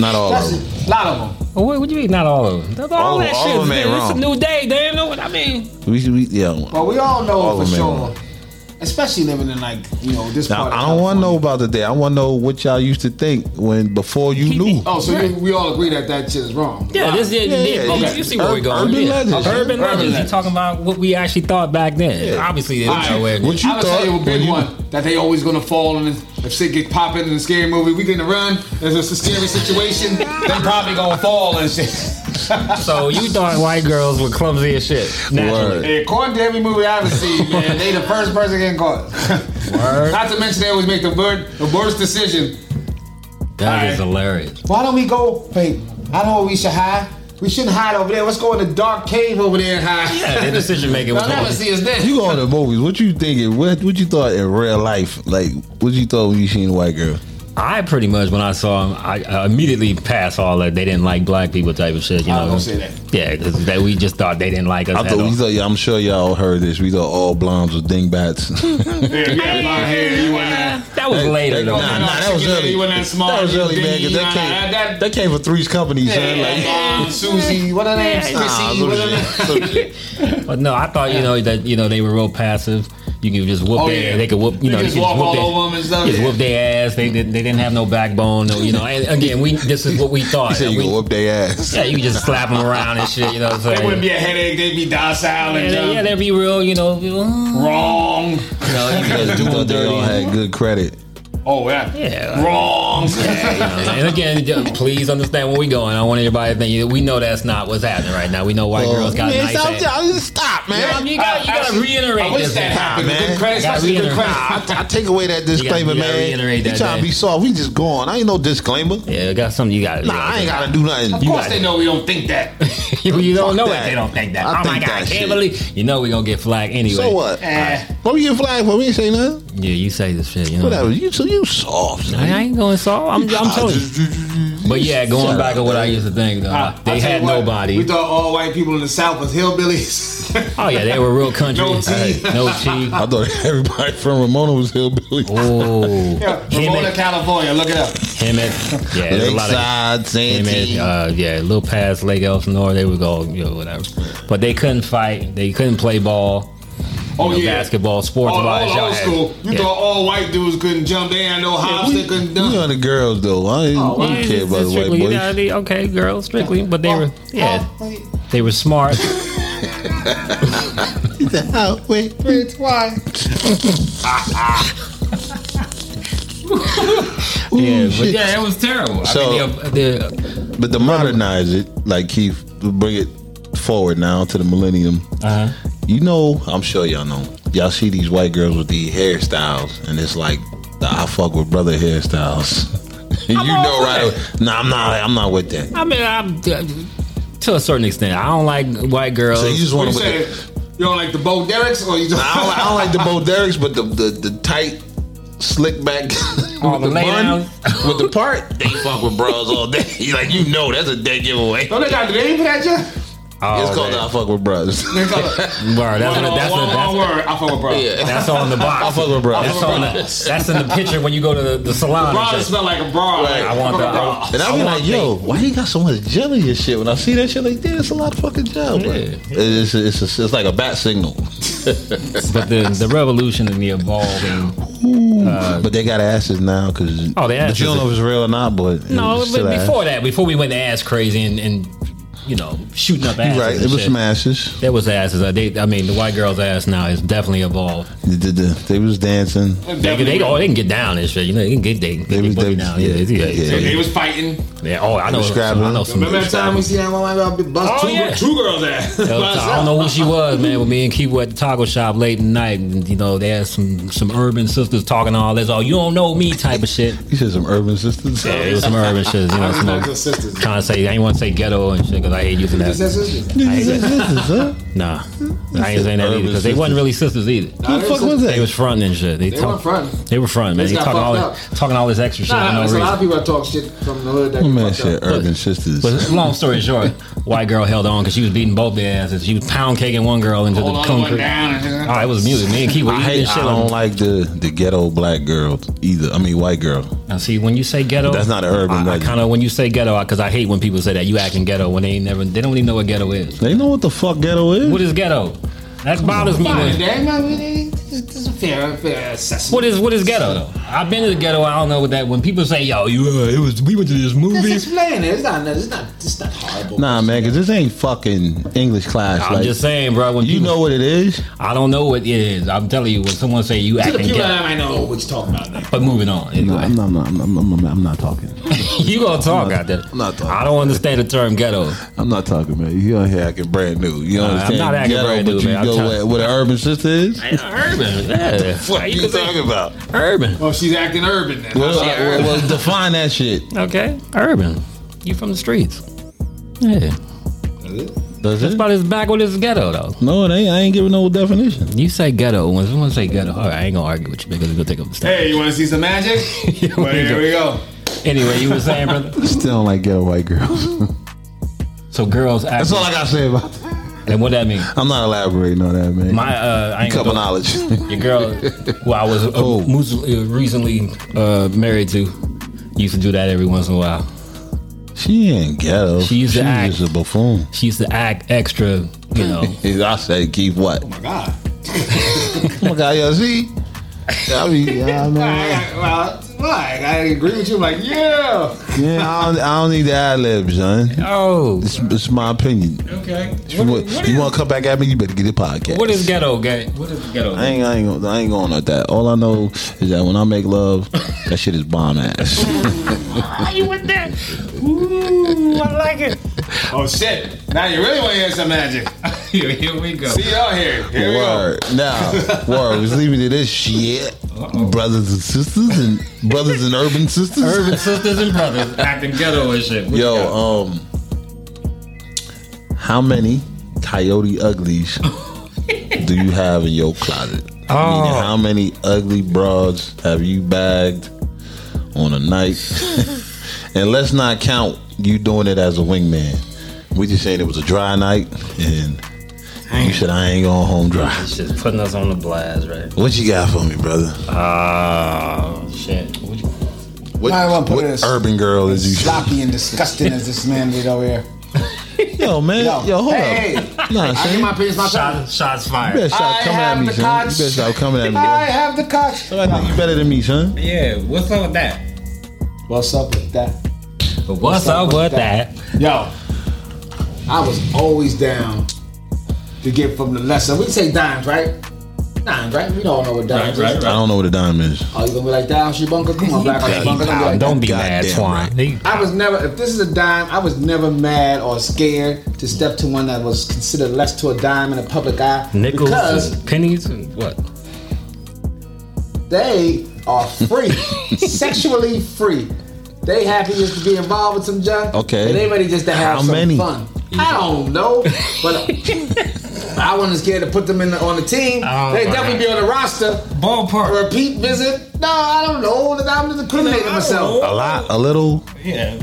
Not all of That's them. a lot of them. Well, Oh, what, what do you mean? Not all of them. That's All, All- that all shit. of is them ain't new. It's a wrong. new day. They ain't know what I mean. We, we yeah. But we all know All for of them, sure. man. Especially living in like, you know, this Now part of I don't want to California. know about the day. I want to know what y'all used to think when before you knew. Oh, so you, we all agree that that shit is wrong. Yeah, this is Yeah, yeah, you- yeah. You see where we Ur- going? urban yeah. legends. Urban, Urban legends. You legends. talking about what we actually thought back then? Yeah. Obviously, it's All right. nowhere near. What you I would thought tell you a when big you- one that they always gonna fall and if shit get popping in a scary movie, we gonna run. There's a scary situation, they probably gonna fall and shit. So you thought white girls were clumsy as shit. Naturally. Hey, according to every movie I've seen, man, they the first person getting caught. Word. Not to mention they always make the, word, the worst decision. That All is right. hilarious. Why don't we go? Wait, I know where we should hide. We shouldn't hide over there. Let's go in the dark cave over there and hide. Yeah, their decision making was They'll never see us then. You go on the movies. What you thinking? What what you thought in real life? Like what you thought when you seen a white girl? I pretty much when I saw them, I, I immediately passed all that they didn't like black people type of shit. You I know, was gonna say yeah, because we just thought they didn't like us. I at thought all. we thought. Yeah, I'm sure y'all heard this. We thought all blondes were dingbats. Yeah, you had blonde hair. You went there. that was later though. Nah, no, nah, that was chicken early. lady wasn't that small. That was You early, man. 'cause big, that nah, came, that- that came from Three's Company, son. Yeah, Like, um, Susie, what her name? E nah, Sissy, what her name? But no, I thought you know that you know they were real passive. You could just whoop Oh, their, yeah. they could whoop, you You know, just they could walk whoop all their- over 'em and stuff. Just whoop their ass. They didn't, they didn't have no backbone. No, you know. And again, we this is what we thought. so you We- go up their ass. yeah, you could just slap them around and shit. You know what I'm saying? It wouldn't be a headache. They'd be docile yeah, and they, yeah, yeah, they'd be real. You know, you know, wrong. you know, you could- Because you thought they all dirty. had good credit. Oh yeah, Yeah. wrong. you know, and again, ju- please understand where we going. I don't want everybody to think that we know that's not what's happening right now. We know white girls got Man, nice. stop, ass. y'all just stop, man. You got you got to reiterate. I wish this that thing. happened. man. Good credit, Gotta especially good reiterate. credit. I, I take away that disclaimer, you gotta man. reiterate You that, trying to be man. soft? We just going. I ain't no disclaimer. Yeah, got something you got. Nah, I ain't gotta do nothing. Of course got they it. know we don't think that. You, you Fuck don't know that. it. They don't think that. I oh my think god, I that can't shit. believe. You know we gonna get flagged anyway. So what? Eh. What we get flagged for? We ain't say nothing. Yeah, you say this shit. You know. Whatever. You so you soft. I ain't going soft. I'm, I'm telling you. you. But yeah, going back to what I used to think, though, I- I they tell you had what, nobody. We thought all white people in the South was hillbillies. oh yeah, they were real country. No tea. No tea. I thought everybody from Ramona was hillbilly. Oh, Yeah, him Ramona, at, California. Look it up. him at, yeah, there's a lot of Lakeside, him at, Santee. uh, yeah, little past Lake Elsinore. They would go, you know, whatever. But they couldn't fight. They couldn't play ball. Oh you know, yeah, basketball, sports All, wise, all y'all old had- school. You yeah. thought all white dudes couldn't jump. They had no hops. We, They couldn't dunk. we on the girls though. I ain't, Oh, I don't care about the white Strictly, boys. yeah, they- okay, girls, strictly, but they were, yeah, Oh, they were smart. Oh, wait. it's why. yeah, but shit. yeah, it was terrible. So- I mean, the, the, But to modernize it, like Keith, to bring it forward now to the millennium. uh You know, I'm sure y'all know. Y'all see these white girls with the hairstyles, and it's like the I fuck with brother hairstyles. you know all right? for away. Nah, I'm not. I'm not with that. I mean, I'm to a certain extent. I don't like white girls. So you just What want you to. say? You don't like the Bo Derricks or you just? I don't, I don't like the Bo Derricks, but the, the the tight, slick back All with the, the lay bun, downs. with the part, they fuck with bros all day. like you know, that's a dead giveaway. Don't they got the name for that yet? Oh, it's called man. I fuck with bros. They call it- Bro, that's, One, that's, that's, one, one that's, word. I fuck with bro. yeah, that's on the box. I fuck with bros. That's on the, that's in the picture when you go to the, the salon. Bra and just shit. smell like a bra. Right. Like, I want fuck the. a bra. I, And I I be want like, yo, why you got so much jelly and shit? When I see that shit, like, damn, it's a lot of fucking gel, bro. Yeah. It's, it's, it's, it's like a bat signal. things. But the the revolution and the evolving. Uh, but they got asses now because. Oh, they But you asses don't know if it's real or not, but. No, it's but still ass. before that, before we went to ass crazy and, and you know shooting up asses. You right, and it was shit, some asses. There was asses. Uh, They, I mean, the white girl's ass now is definitely evolved. They, did the- they was dancing. They, they, oh, they can get down and shit. You know, they can get they, they, They can was- boogie they- down. Yeah, yeah, yeah, yeah. They, they was fighting. Yeah, Oh, I know. was Some, scrabbling. I know some. Remember that time we see that one about bust Oh, two yeah. two girls ass. Yo, I don't know who she was, man. But me and Keith were at the taco shop late at night, and you know they had some some urban sisters talking all this, oh you don't know me type of shit. You said some urban sisters. Yeah, it was some urban shit, you know. Some Not just sisters. trying to say I ain't want to say ghetto and shit because I hate using Just their that. sisters. I ain't say, Sisters, huh? nah, I ain't saying that either because they wasn't really sisters either. Nah, Who the they fuck was- was that? They was front and shit. They, They talk- weren't front. They were front, man. They They got talking all fucked this, talking all this extra shit Nah, for there's no a lot of reason. people that talk shit from the hood that That man get fucked said up. urban sisters. But long story short, white girl held on because she was beating both their asses. She was pound caking one girl into Hold the on, one concrete. down. and- Oh, it was music. Me and Keith were I eating hate. shit I on don't like the the ghetto black girls either. I mean, white girl. Now, see, when you say ghetto, That's not an urban I, I legend. kind of when you say ghetto, because I, hate when people say that you acting ghetto when they ain't never they don't even know what ghetto is. They know what the fuck ghetto is. What is ghetto? That bothers me. Fine, When, damn, I mean, this is a fair, fair assessment. what is what is ghetto though? I've been to the ghetto. I don't know what that. When people say, "Yo, you, uh, it was we went to this Just movie," explain it. It's not. It's not. It's not horrible. Nah, man, because this ain't fucking English class. I'm like, just saying, bro. When you people, know what it is. I don't know what it is. I'm telling you, when someone say you To the acting people that ghetto, might know what you're talking about. Now. but moving on. Anyway. not. I'm not, I'm, not- I'm not- I'm not talking. you gonna talk out there? I'm not talking. I don't understand the term ghetto. I'm not talking, man. You out here acting brand new. You I'm understand? not acting Ghetto, brand but new, you man. I'm know tell- what, what an urban sister is? Urban, yeah. What are you talking about? Urban. Well, she's acting urban then. Well, yeah, well, well, define that shit. Okay, urban. You from the streets? Yeah. Does That's it? about as backward as ghetto, though. No, it ain't. I ain't giving no definition. You say ghetto when someone say ghetto. All right, I ain't gonna argue with you because it's gonna take up the stand. Hey, you want to see some magic? well, here we go. Anyway, you were saying, brother. Still don't like ghetto white girls. So girls, act, That's all I gotta say about that. and what that mean? I'm not elaborating on that, man. My uh, I ain't Cup of gonna go- knowledge. Your girl, who I was uh, Oh. mus- uh, recently uh, married to, used to do that every once in a while. she ain't ghetto. She's the act. just a buffoon. She used to act extra, you know. I say keep what? Oh my god. Oh my God, yo, see? I mean, yeah, I know. I, well, why? I agree with you. I'm like, yeah. Yeah, I don't, I don't need the ad lib, son. oh, It's, it's my opinion. Okay. You want, you want to come back at me? You better get a podcast. what is ghetto? Gay? What is ghetto? I ain't, I ain't, gonna- I ain't going at that. All I know is that when I make love, that shit is bomb ass. Oh shit. Now you really want to hear some magic? Here, here we go. See y'all here. Here we go. word. Now, word. We're leaving to this shit. Brothers and sisters and brothers and urban sisters. Urban sisters and brothers acting ghetto and shit. What you got? Yo, um, how many coyote uglies do you have in your closet? Oh. Meaning, how many ugly broads have you bagged on a night? and let's not count you doing it as a wingman. We just saying it was a dry night, and you said I ain't going home dry. It's just putting us on the blast, right? What you got for me, brother? Oh shit! What you- What, I wanna put what it as- urban girl is you? sloppy and disgusting as this man did over here. Yo, man, yo, Yo. hold Hey, up. hey. Nah, I get son. my opinions, my time. Shot, shots You better fired. stop I coming have at me, the son. cotch. You better stop coming at me. I yo. have the cock. I think you better than me, son. Yeah, what's up with that? What's up with that? What's, up, with that? Yo, I was always down to get from the lesser. We say dimes, right? Dimes, right? We don't know what dimes Right, is. I don't know what a dime is. Oh, you gonna be like dime, she bunker? Come on, black, she bunker. Don't be like that. Don't be God mad, damn swine. I was never, if this is a dime, I was never mad or scared to step to one that was considered less to a dime in the public eye. Nickels, Because and pennies, and what? they are free, sexually free. They happy just to be involved with some junk. Okay. And they ready just to have How some many? fun. I don't know, but I wasn't scared to put them in the, on the team. Oh, they my definitely be on the roster. Ballpark. Repeat visit? No, I don't know. I'm incriminating myself A lot, a little. Yeah,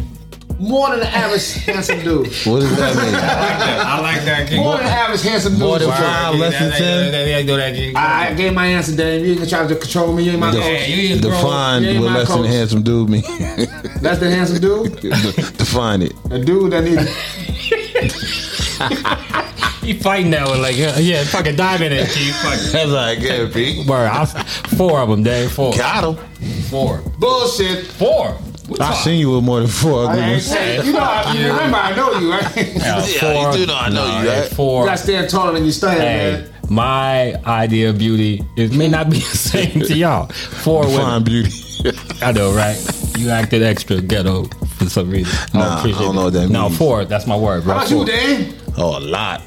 more than the average handsome dude. What does that I like that. King. More than the average handsome dude. More than five, less than ten? I gave my answer, Dame. You can try to control me. You ain't my The- coach. mean? Define Yeah, what my less than coach. handsome dude mean. That's the handsome dude. Define it. A dude that needs. He fighting that one like yeah, yeah fucking dive in it, chief. Fuck. That's all I get, Pete. Word, I, four of them, Dave. Four, Got him. four, Bullshit. four. What I fuck? seen you with more than four I ugly ain't ones. saying. You know, I, you remember, I know you, right? Yeah, Yeah, four. you do know I know Nah, you, right? You Four. gotta stand taller than you stand, Hey, man. my idea of beauty it may not be the same to y'all. Four Fine women, beauty. I know, right? You acted extra ghetto for some reason. I Nah, I appreciate don't know it. what that No, means. four. That's my word, bro. How about you, Four. Dame? Oh, a lot.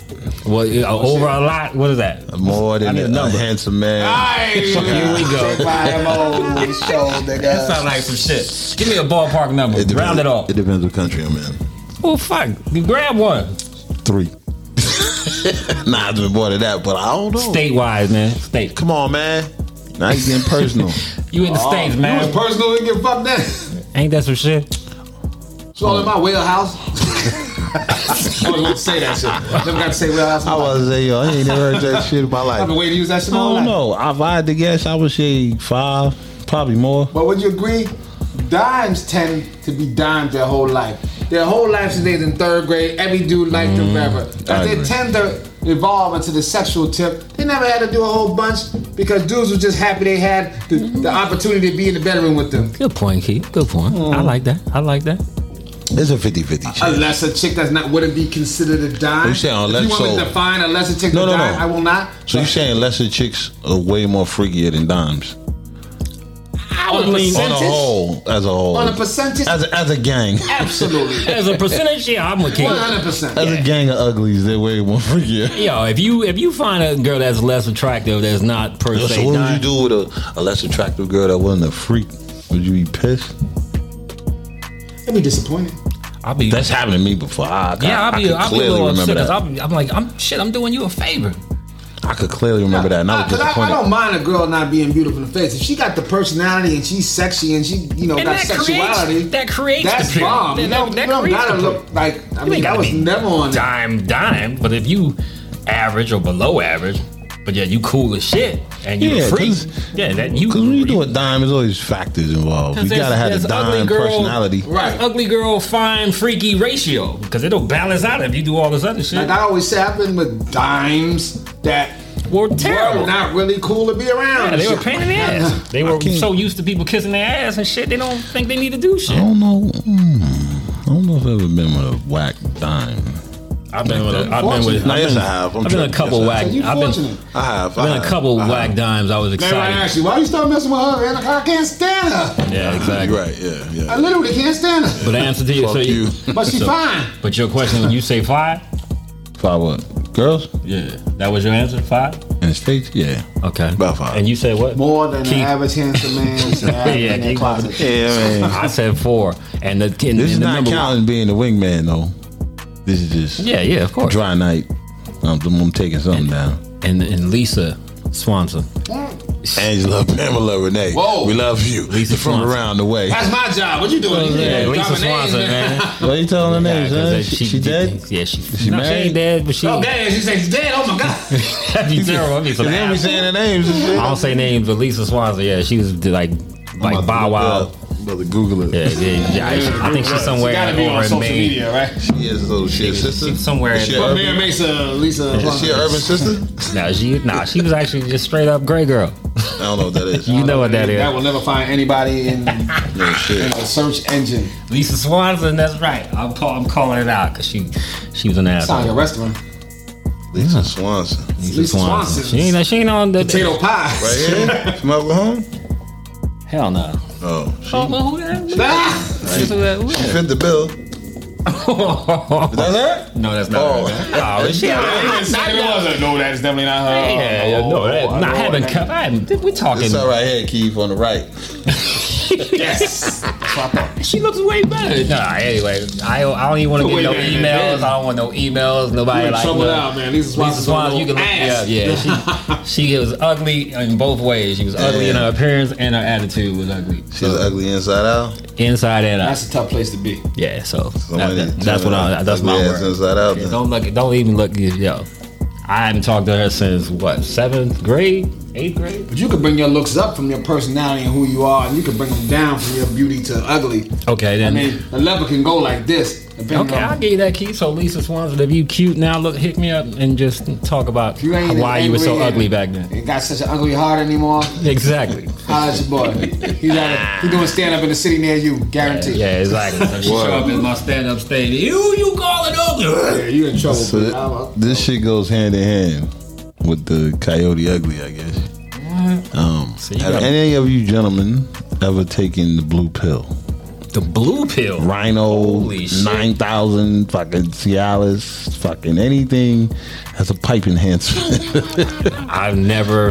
Well, yeah, over a lot. What is that? More than need a a, number. handsome man. Hey, Here we go. My old shoulder, That sounds like some shit. Give me a ballpark number. depends- Round it off. It depends what country I'm in. Well, fuck. You grab one. Three. nah, it's been more than that, but I don't know. State wise, man. State. Come on, man. Now you getting personal. You in the states, You man? was personal. You get fucked that. Ain't that some shit? It's all in my wheelhouse. I was about to say that shit. Never got to say wheelhouse. I was say, yo, I ain't never heard that shit in my life. I've been waiting to use that shit I all don't night. know. If I had to guess, I would say five, probably more. But would you agree? dimes tend to be dimes their whole life. Their whole life since they was in third grade, every dude liked them forever. Mm-hmm. I As they agree. tend to evolve into the sexual tip, they never had to do a whole bunch because dudes were just happy they had the, the opportunity to be in the bedroom with them. Good point, Keith. Good point. I like that. I like that. It's a 50 50 chance. Unless a chick that's not wouldn't be considered a dime. You saying unless- if you want me so- to define unless a chick No, a no, dime, no. I will not. So you're saying lesser chicks are way more freakier than dimes? I would lean On a whole, as a whole. On a percentage? As a, as a gang. Absolutely. As a percentage, yeah, I'm with Keith. 100%. As a gang of uglies, they're way more freakier. Yo, if you if you find a girl that's less attractive, that's not per se. So what would you dime- do with a, a less attractive girl that wasn't a freak? Would you be pissed? I'd be disappointed. I'll be That's happened to me before. I, yeah, I, I'll be I could I'll be a clearly little upset remember 'cause that. I'll be- I'm like I'm shit. I'm doing you a favor. I could clearly remember that, and I was Because I, I disappointed. don't mind a girl not being beautiful in the face. If she got the personality and she's sexy and she, you know, And got that creates- sexuality, that creates the that's pure. bomb. That- you don't, that you don't creates gotta the look like. I You mean, ain't I gotta was be never on that. dime dime. But if you average or below average, but yeah, you cool as shit and you Yeah, a freak. 'cause- Yeah, that you. Because when you do a dime, there's always factors involved. You There's- gotta have there's a ugly dime girl- personality. Right. Ugly girl, fine, freaky ratio because it'll balance out if you do all this other shit. Like I always say, I've been with dimes that We're were terrible. not really cool to be around. Yeah, they were pain in the ass. They were can't- so used to people kissing their ass and shit. They don't think they need to do I shit. don't know. Hmm. I don't know if I've ever been with a whack dime. I've been with. A, I've been Fortunate. with. No, I've yes, been, I have. I'm I've been a tripping. couple Yes, I whack. You I've been. fortunate. I have. I've I been a have, couple I have. whack dimes. I was Everybody excited. asked you, why you start messing with her, man? Like, I can't stand her. Yeah, You're exactly. right. Yeah. I Yeah. literally can't stand her. But the answer to you, so Fuck you. you. But she's So- fine. But your question when you say five, Five what? Girls yeah, that was your answer. Five. in the states? Yeah. Okay. About five. And you said what? More than Keith. the average handsome man. Yeah, yeah, in their Keith. closet. yeah, man. I said four. And the and, This and is the not number counting being the wingman though. This is just Yeah, yeah, of course. dry night. I'm, I'm taking something down. And and Lisa Swanson. Angela, Pamela, Renee. Whoa. We love you. Lisa You're from Swanson. around the way. That's my job. What you doing? Yeah, here? Lisa Dropping names, Swanson, man. What are you telling her Yeah, name, 'cause son? that- She, she did- dead? Yeah, she, she no, she married? ain't dead, but she. Oh, damn, she said she's dead. Oh my God. that'd be terrible. That'd be some Cause they be ass. saying her names and shit. I don't say names, but Lisa Swanson. Yeah, she was like like Bow Wow. Brother, Google it. Yeah, yeah, yeah, I, I think she's somewhere gotta be over on in social Maine. media, right? She is a little shit sister. She's somewhere Is in she, the- a But urban, Mayor Mesa, uh, Lisa. is she a urban sister? No, she nah, she was actually just straight up gray girl. I don't know what Oh, that is. You know what that That is. will never find anybody in a No shit. search engine. Lisa Swanson, that's right. I'm call, I'm calling it out because she she was an Sound like asshole. a restaurant. Lisa Swanson. Lisa Lisa Swanson. Swanson. She ain't she ain't on the Potato pies. Right here? From Oklahoma? Hell no. Oh, she, Oh, well, who the hell- who the Ah! hell- who the she hell- fit the bill. That's her? No, that's not. Oh. Oh, oh is she? No, that is definitely not her. Yeah, yeah, no, Oh, that, nah, I haven't. Come, I haven't we're talking. It's her right here, Keith, on the right. Yes. She looks way better. Nah, anyway, I, I don't even want to get Wait no a minute, emails. man. I don't want no emails. Nobody You're in like trouble no- now, man. Lisa Lisa Swanson's Swanson, you can look me ass. up. Yeah, she, she was ugly in both ways. She was ugly in her appearance and her attitude was ugly. She's ugly inside out. Inside and out. That's a tough place to be. Yeah, so that, Somebody that- turn that's what I. her That's my ugly ass word. Inside out. Yeah, don't look. Don't even look. Yo, I haven't talked to her since what seventh grade, eighth grade. But you can bring your looks up from your personality and who you are, and you can bring them down from your beauty to ugly. Okay, I then. mean, the level can go like this. Depending Okay, on I'll give you that key. So Lisa Swanson, if you cute now, look, hit me up and just talk about You ain't why you were so angry and- ugly back then. It got such an ugly heart anymore. Exactly. Holla at your boy. He's, out of, he's doing stand up in the city near you, guaranteed. yeah, exactly. So she show up in my stand up stage. You, you call it ugly? Yeah, you in trouble. So but that- I'm a- this shit goes hand in hand with the coyote ugly, I guess. Um, So you have got- any of you gentlemen ever taken the blue pill? The blue pill. Rhino, Holy shit. nine thousand, fucking Cialis, fucking anything as a pipe enhancer. I've never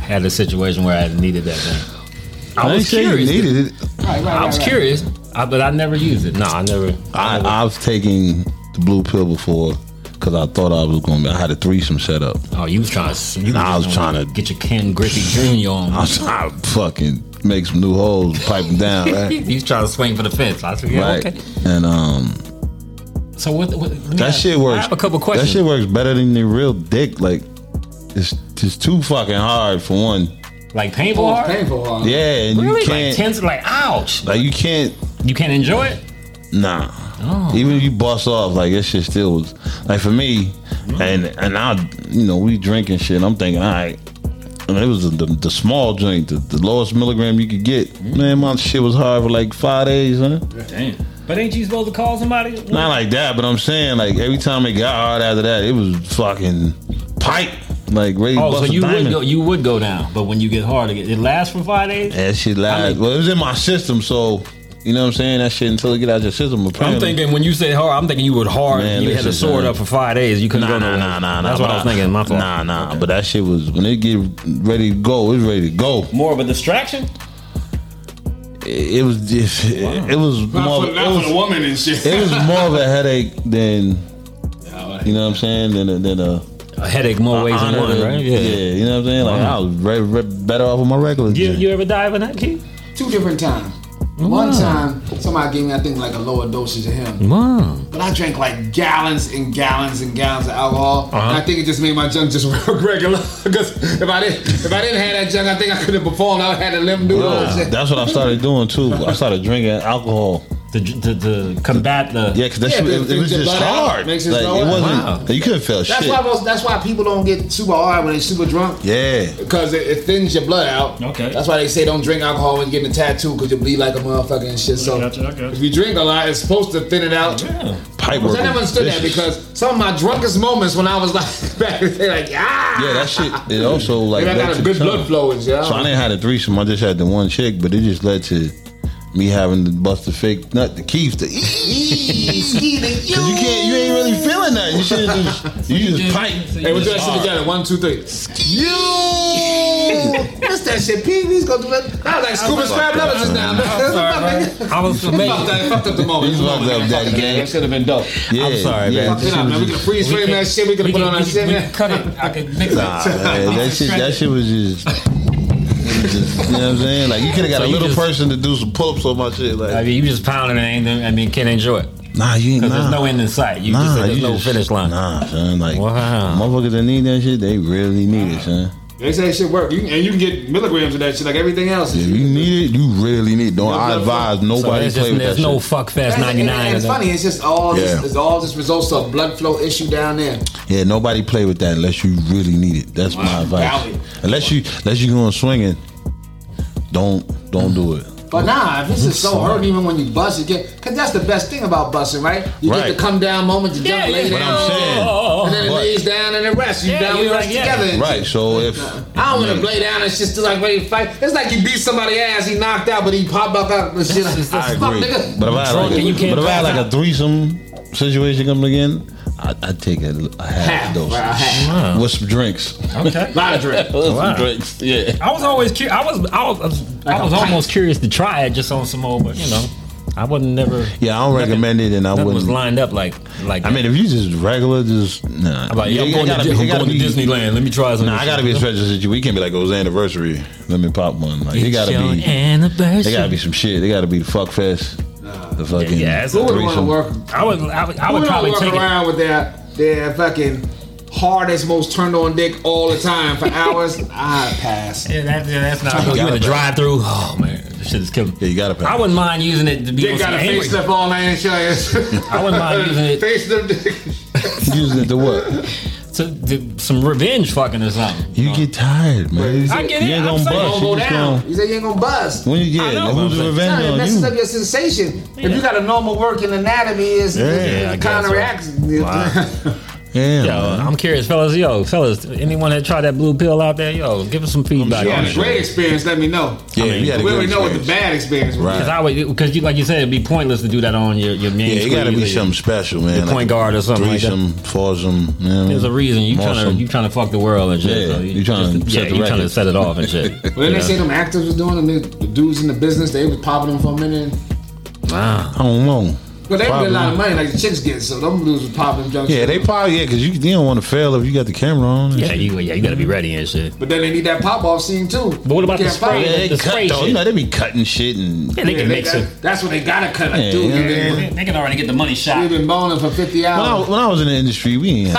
had a situation where I needed that thing. I, didn't was say you curious. needed it. Right, right, I right, was right. curious, I, but I never used it. No, I never. I, I've taken the blue pill before because I thought I was going. to I had a threesome set up. oh, you was trying to. You Nah, I just was wanna tryna- get your Ken Griffey Jr. on. I was trying to fucking make some new holes, pipe them down, right? He's trying to swing for the fence. I said, yeah, right. okay. And um, So what? what let me That ask- shit works. I have a couple questions. That shit works better than the real dick. Like, it's just too fucking hard for one. Like painful Oh, hard? it's painful hard. Yeah, and Really? Like you can't. tense like ouch. like you can't. You can't enjoy it? Nah. Oh. Even if you bust off, like that shit still was like for me, Mm-hmm. and and I, you know, we drinking shit. and I'm thinking, all right, and it was the, the, the small joint, the, the lowest milligram you could get. Mm-hmm. Man, my shit was hard for like five days, huh? Damn. But ain't you supposed to call somebody? Not like that, but I'm saying like every time it got hard after that, it was fucking pipe, like ready to Oh, bust so a you would diamond. go you would go down, but when you get hard it, it lasts for five days? That shit lied. well, it was in my system, so you know what I'm saying. That shit until it get out your system. Apparently. I'm thinking when you said hard, I'm thinking you would hard. Man, and you had to listen, sword son. up for five days. You couldn't go Nah, nah, nowhere. nah, nah, nah. That's what but I was thinking. My fault. Nah, nah. But that shit was when it get ready to go, it was ready to go. More of a distraction. It, it was just, it, it was Not, more, for, not it for was, the woman and shit. it was more of a headache than you know what I'm saying than a, than a A headache more ways than honor one, than- right? Yeah. you know what I'm saying. Like I was re, re, better off with my regular. You, gin. you ever dive in that key? Two different times. One time, somebody gave me, I think, like a lower dosage of him. Wow. But I drank like gallons and gallons and gallons of alcohol. Uh-huh. And I think it just made my junk just regular. Because if I didn't, if I didn't have that junk, I think I could have performed. I would have had a limb noodle. Nah, and shit. that's what I started doing too. I started drinking alcohol. To, to, to combat the Yeah, because that Yeah, shit, it it, it brings was your just blood out, hard. Like, makes it it slow out. wasn't. Wow. You couldn't feel That's shit. why most, that's why people don't get super hard when they're super drunk. yeah. Because it, it thins your blood out. Okay. That's why they say don't drink alcohol when you're getting a tattoo because you bleed like a motherfucker and shit. So gotcha, I gotcha. if you drink a lot, it's supposed to thin it out. Yeah. Pipe Because work. I never was understood that vicious. because some of my drunkest moments when I was like back in the day, like ah, Yeah, that shit. It also like. and I led got to a the good blood tongue. flow and shit. I So I don't- didn't have a threesome. I just had the one chick, but it just led to me having to bust the fake nut, the keys, the. Cause you can't, you ain't really feeling that. You should just, you just pipe. Hey, we'll do that shit together. One, two, three. You missed that shit. Pee, he's gonna do that. I was like scuba scrap levels just now. I was Fucked up, fucked up the moment. You fucked up, Daddy That Gang. should have been dope. Yeah, I'm sorry, yeah, man. that Fuck it shit up, man. was We could just- freeze frame that shit. We could we have put can- on our we can- shit. we man. can cut it. I can mix Nah, it. man, that shit, that shit was just. it was just- You know what I'm saying? Like you could have got So a you little just- person to do some pull-ups on my shit. I Like, mean, you just pounding and ain't, I mean, can't enjoy it nah, you ain't. because Nah. there's no end in sight. You just there's you no just- finish line. Nah, son. Like, Wow. motherfuckers that need that shit, they really need it, son. They say that shit work. You, and you can get milligrams of that shit like everything else. If you need it, you really need it. Don't No, I no, advise So nobody there's play just, with there's that no shit. fuck fast And- and- 99. and It's funny. It's just all Yeah. just, it's all just results of blood flow issue down there. Yeah, nobody play with that unless you really need it. That's my Wow. advice. Valid. Unless you unless you going swinging, don't don't do it. But nah, if this is so hurt, even when you bust it, get because that's the best thing about busting, right? You Right. get the come down moment, you jump lay But down, I'm saying, and then it but- lays down and it rests. You Yeah, down, we you're rest like, yeah. together. and Right. So if I don't want to lay down and shit still like ready to fight. It's like you beat somebody's ass, he knocked out, but he popped back up and shit. Like, I fuck, agree, nigga. but if I had like, Drunk and you a, can't but if I had pass like a out. threesome situation coming again, I I'd take a, a half Half, dose bro, half. with some drinks. Okay. Lot of drink. With Wow. some drinks. Yeah. I was always curious. I was I was I was almost curious to try it just on some old, but you know, I wasn't never. Yeah, I don't recommend it, and I Nothing was wouldn't. lined up like like. I mean, if you just regular, just nah. I'm like, yeah, I'm It- it going, gotta to, be- Di- it I'm gotta going to be- Disneyland. Let me try some. Nah, I gotta be a special situation. We can't be like it was anniversary. Let me pop one. Like it gotta It's your be. They anniversary. gotta be some shit. They gotta be the fuck fest. The fucking yeah, it's Who would want to threesome. work? I would I would, I Who would would probably walk take it. around with their their fucking hardest, most turned on dick all the time for hours? I pass. Yeah, that, yeah, that's not good. You in the gotta- drive-through? Oh man, this shit is killing. Yeah, you gotta pass. I wouldn't mind using it to be Dick on got some a angry. face lift all night and shit. I wouldn't mind using it Face lift dick. Using it to what? to, to some revenge fucking or something. You get tired, man. I get it. You ain't I'm gonna saying bust. You Don't go just down. gonna. You say you ain't gonna buzz. When you get, I know, who's but the I'm Nah, it revenge messes on up you? your sensation. If Yeah. you got a normal working anatomy, is Yeah, I it kind guess so. of reacts. Yeah, Yo, man. I'm curious, fellas. Yo, fellas, anyone that tried that blue pill out there, yo, give us some feedback. You on had it. a great experience. Let me know. Yeah, you had a we good already know what the experience. bad experience was. Right. Because I would, because you, like you said, it'd be pointless to do that on your your main. Yeah, it gotta squeeze be or your- something special, man. point guard or something like that. Threesome, foursome. you know? There's a reason you trying to Moresome. you trying to fuck the world and shit. Yeah, so you tryna just- set yeah, you the trying to record. set it off and shit. But then they say them actors was doing them, the dudes in the business, they was popping them for a minute. wow, I don't know. But they get a lot Probably. of money, like the chicks get. So them dudes was popping junk. Yeah, they probably yeah, because you, you don't want to fail if you got the camera on. and Yeah, shit. you, yeah, you gotta be ready and shit. But then they need that pop off scene too. But what about You the can't pop spray? it. Yeah, they The spray cut though. shit. You know, they be cutting shit and Yeah, they Yeah, can they mix got- it. That's what they gotta cut. Like, Yeah, dude, yeah, you've been, They can already get the money you shot. been boning for fifty when I, hours. when I was in the industry, we ain't.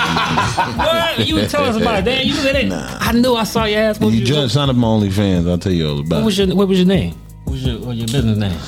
What? You tell us about it, Dan. You did it. I knew I saw your ass. What you was your- join, sign up my OnlyFans. I'll tell you all What about. was it. your What was your name? What was your, what was your business name?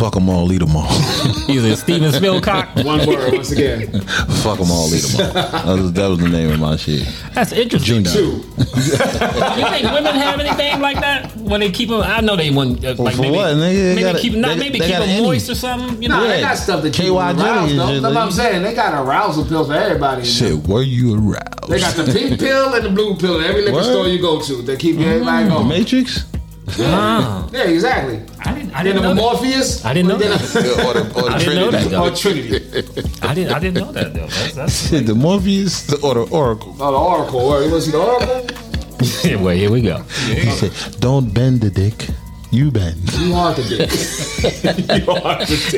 Fuck them all, lead them all. Either Steven Spillcock. One word once again. Fuck them all, lead them all. That was, that was the name of my shit. That's interesting. Juno. Two. You think women have anything like that when they keep them? I know they wouldn't. Uh, like Oh, for maybe, what, nigga? They Maybe gotta- keep not they- maybe they keep gotta them end moist it. or something. You Nah, know. they Yeah. got stuff that keep them KY jelly aroused. is though. just That's what I'm like- saying. They got arousal pills for everybody. in there. Shit, were you aroused? They got the pink pill and the blue pill in every liquor Word. store you go to. They keep everybody The going. Matrix? Ah, Mm-hmm. Yeah, exactly. I didn't. I Then didn't know. the That. Morpheus. I didn't know Then that. or the, or the I didn't know Trinity. that Or though. Trinity. I didn't. I didn't know that though. That's, that's Shit, the Morpheus or the Oracle? Oh, the Oracle. Or, was it the Oracle? anyway. Here we go. He said, don't bend the dick, you bend. You want the dick.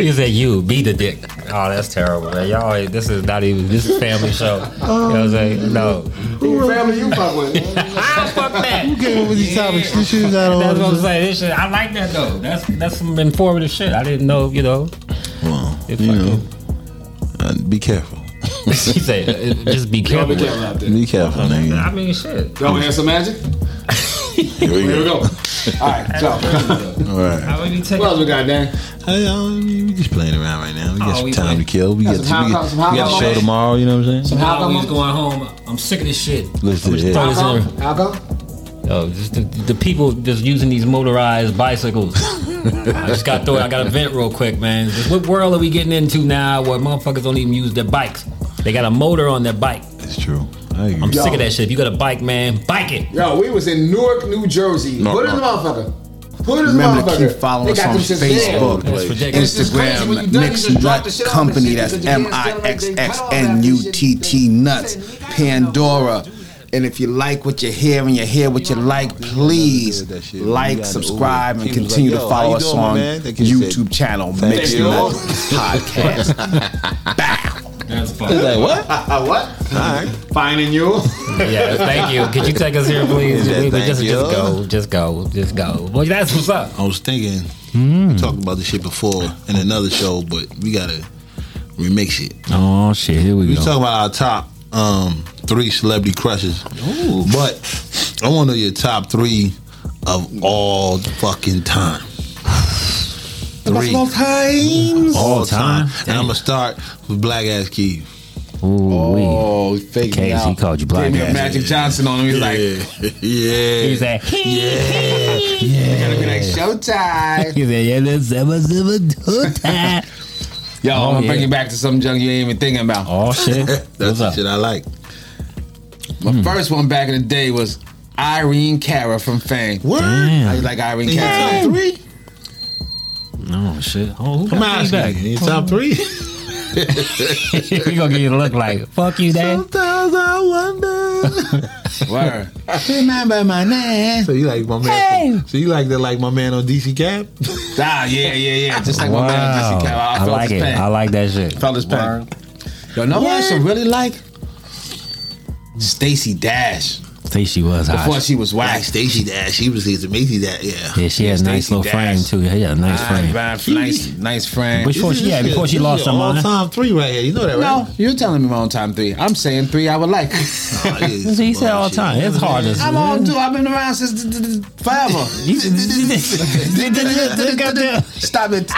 He said, "You be the dick." Oh, that's terrible. man. Y'all, this is not even. This is family show. You know what I'm saying? No, Um, Who family you fuck with? man? ah, fuck that. Who came up with these topics? This shit is out That's what I'm of saying. This shit, I like that though. That's that's some informative shit. I didn't know. You know, Well, If you I know, uh, be careful. she said, uh, "Just be Y'all careful." be careful out there. Be careful, nigga. I mean, shit. Y'all want to have some magic? Here we Here we go. go. All right, so All right. I would be taking. what else we got, Dan? Hey, I mean, we just playing around right now. We got Oh, some we time play- to kill. We got, Got we some hot got, dogs, some hot we got a dogs. show tomorrow. You know what I'm saying? Now How we come? was going home. I'm sick of this shit. Let's I'm do just it. throwing How this in come? How come? Yo, just the, the people just using these motorized bicycles. I just got through. I got to vent real quick, man. Just what world are we getting into now where motherfuckers don't even use their bikes? They got a motor on their bike. It's true. I agree. I'm Yo. sick of that shit. If you got a bike, man, bike it. Yo, we was in Newark, New Jersey. No, Put in no. the motherfucker. Put in the Remember to motherfucker. keep following They us got on them since then. Facebook, That's ridiculous. It's just crazy when you Instagram, done, you just Mixed drop Nut the shit off and Company, shit, that's because you M can't I sell it, X they cut X all that N U shit. T T Nuts, Pandora. And if you like what you hear and you hear what you like, please that shit. We like, got the subscribe, Uber. and He was continue like, to "Yo, how follow you us doing, my on man?" That kid said, YouTube channel Mixed you. Nut Podcast. That's fucked. It's like, what? Uh, what? All right. Finding you. Yeah, thank you. Could you take us here, please? Yeah, We- we thank just, you. just go, just go, just go. Well, that's what's up. I was thinking, talked about this shit before in another show, but we gotta remix it. Oh shit, here We was talking about our top um, three celebrity crushes, but I want to know your top three of all fucking time. Three times. all time, and I'm gonna start with Black Ass Keith. Ooh, Oh, fake me Case, he out. called you black Got ass. Magic Johnson on him. He's like, yeah, yeah. He said, gonna be like Showtime. he said, yeah, that's seven, seven, two, time. Oh, Yo, I'm gonna yeah. bring you back to something junk you ain't even thinking about. Oh shit, That's what's the up? shit I like. My first one back in the day was Irene Cara from Fame. What? I Damn. like Irene In your Cara. top three? No shit. Oh, who I'm got asking. In your top three? feedback? we gonna get you to look like fuck you, dad. Sometimes I wonder. Word. Remember my name. So you like my man? So you like that? Like my man on DC Cap? Ah, yeah, yeah, yeah. Just like my man, Jesse Cara. I, I felt like his it. pain. I like that shit. felt his pain. Yo, no one I should really like Stacy Dash Say she was before hot. she was Like waxed. Stacy Dash. She was his amazing. That yeah. Yeah, she had a nice Stacey little frame Dash. too. Yeah, yeah, nice Fine, frame. fine, nice, nice friend. Which one? This is Yeah, your- before she this is lost your her mind. All-time three right here. You know that, right? No, you're telling me my own time three. I'm saying three I would like. Oh, He said all the time. It's hard to. I'm on two. I've been around since d- d- d- forever. Stop it.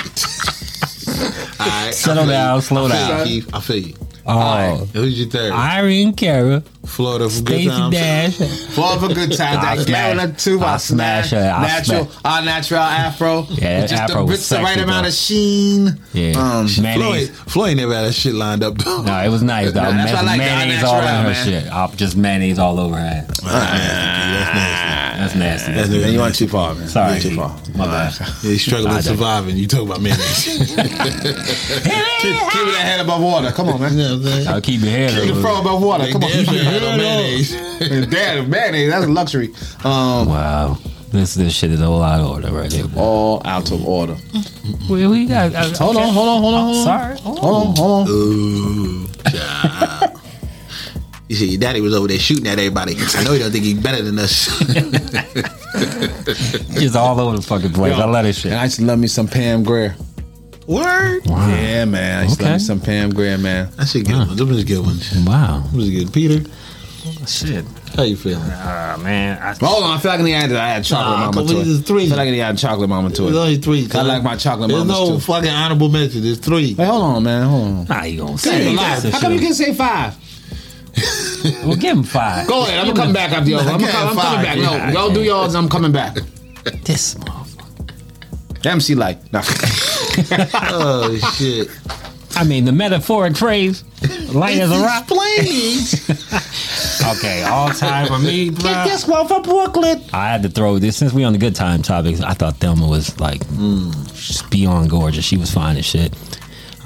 Settle down, slow down. Keith, I feel you. Oh, Who's your third? Irene Cara, Florida from Good Stacey Times. Dash. Fall for good times. I I smash- guarantee two. I I smash. smash her. I Natural. smash. All natural afro. Yeah, With just afro the, was with the right sexy, amount though. of sheen. Yeah, Um, mayonnaise. Floyd, Floyd never had that shit lined up. though. No, it was nice though. Nah, that's Ma- what I like, the mayonnaise unnatural, all in her man. shit. i just mayonnaise all over her. ass. That's That's nasty. nasty. That's nasty. You went too far, man. Sorry, too my far. bad. He's struggling I with don't- surviving. You talk about mayonnaise. Keep that head above water. Come on, man. You know what I'm saying? I'll keep your head Keep up. the fro above water. They Come on. damn sure had no mayonnaise. Damn, mayonnaise. That's a luxury. Um, Wow. This this shit is a whole lot of order right here. boy. All out of order. Well, we got. I- Oh, Hold on, hold on, hold on, hold on. Sorry. Hold on, hold on. You see, your daddy was over there shooting at everybody. I know he don't think he's better than us. It's all over the fucking place. I love this shit. And I used to love me some Pam Grier. Word. Yeah, man. I used to Okay. love me some Pam Grier, man. I should get one. Them was good ones. Wow. Them was good. Peter, Shit. how you feeling? Ah man. I, Hold on, I feel like I need to add, I had chocolate Nah, mama come to on, it. there's three. I feel like I need to add chocolate mama to There's it. only three. I like my chocolate There's mamas no too. fucking honorable mention. There's three. Wait, hold on, man. Hold on. nah, you gonna Damn, say alive. this How come you shit. can say five? Well, give him five. Go ahead. I'm gonna come back after y'all. I'm, Nah, co- I'm five, coming back. No, yeah. y'all do y'all. I'm coming back. This motherfucker. MC like, nah. Oh shit! I mean, the metaphoric phrase, light as a rock. Explain. Okay, all time for me, bro. Guess what? From Brooklyn. I had to throw this since we on the good time topics. I thought Thelma was like just beyond gorgeous. She was fine as shit.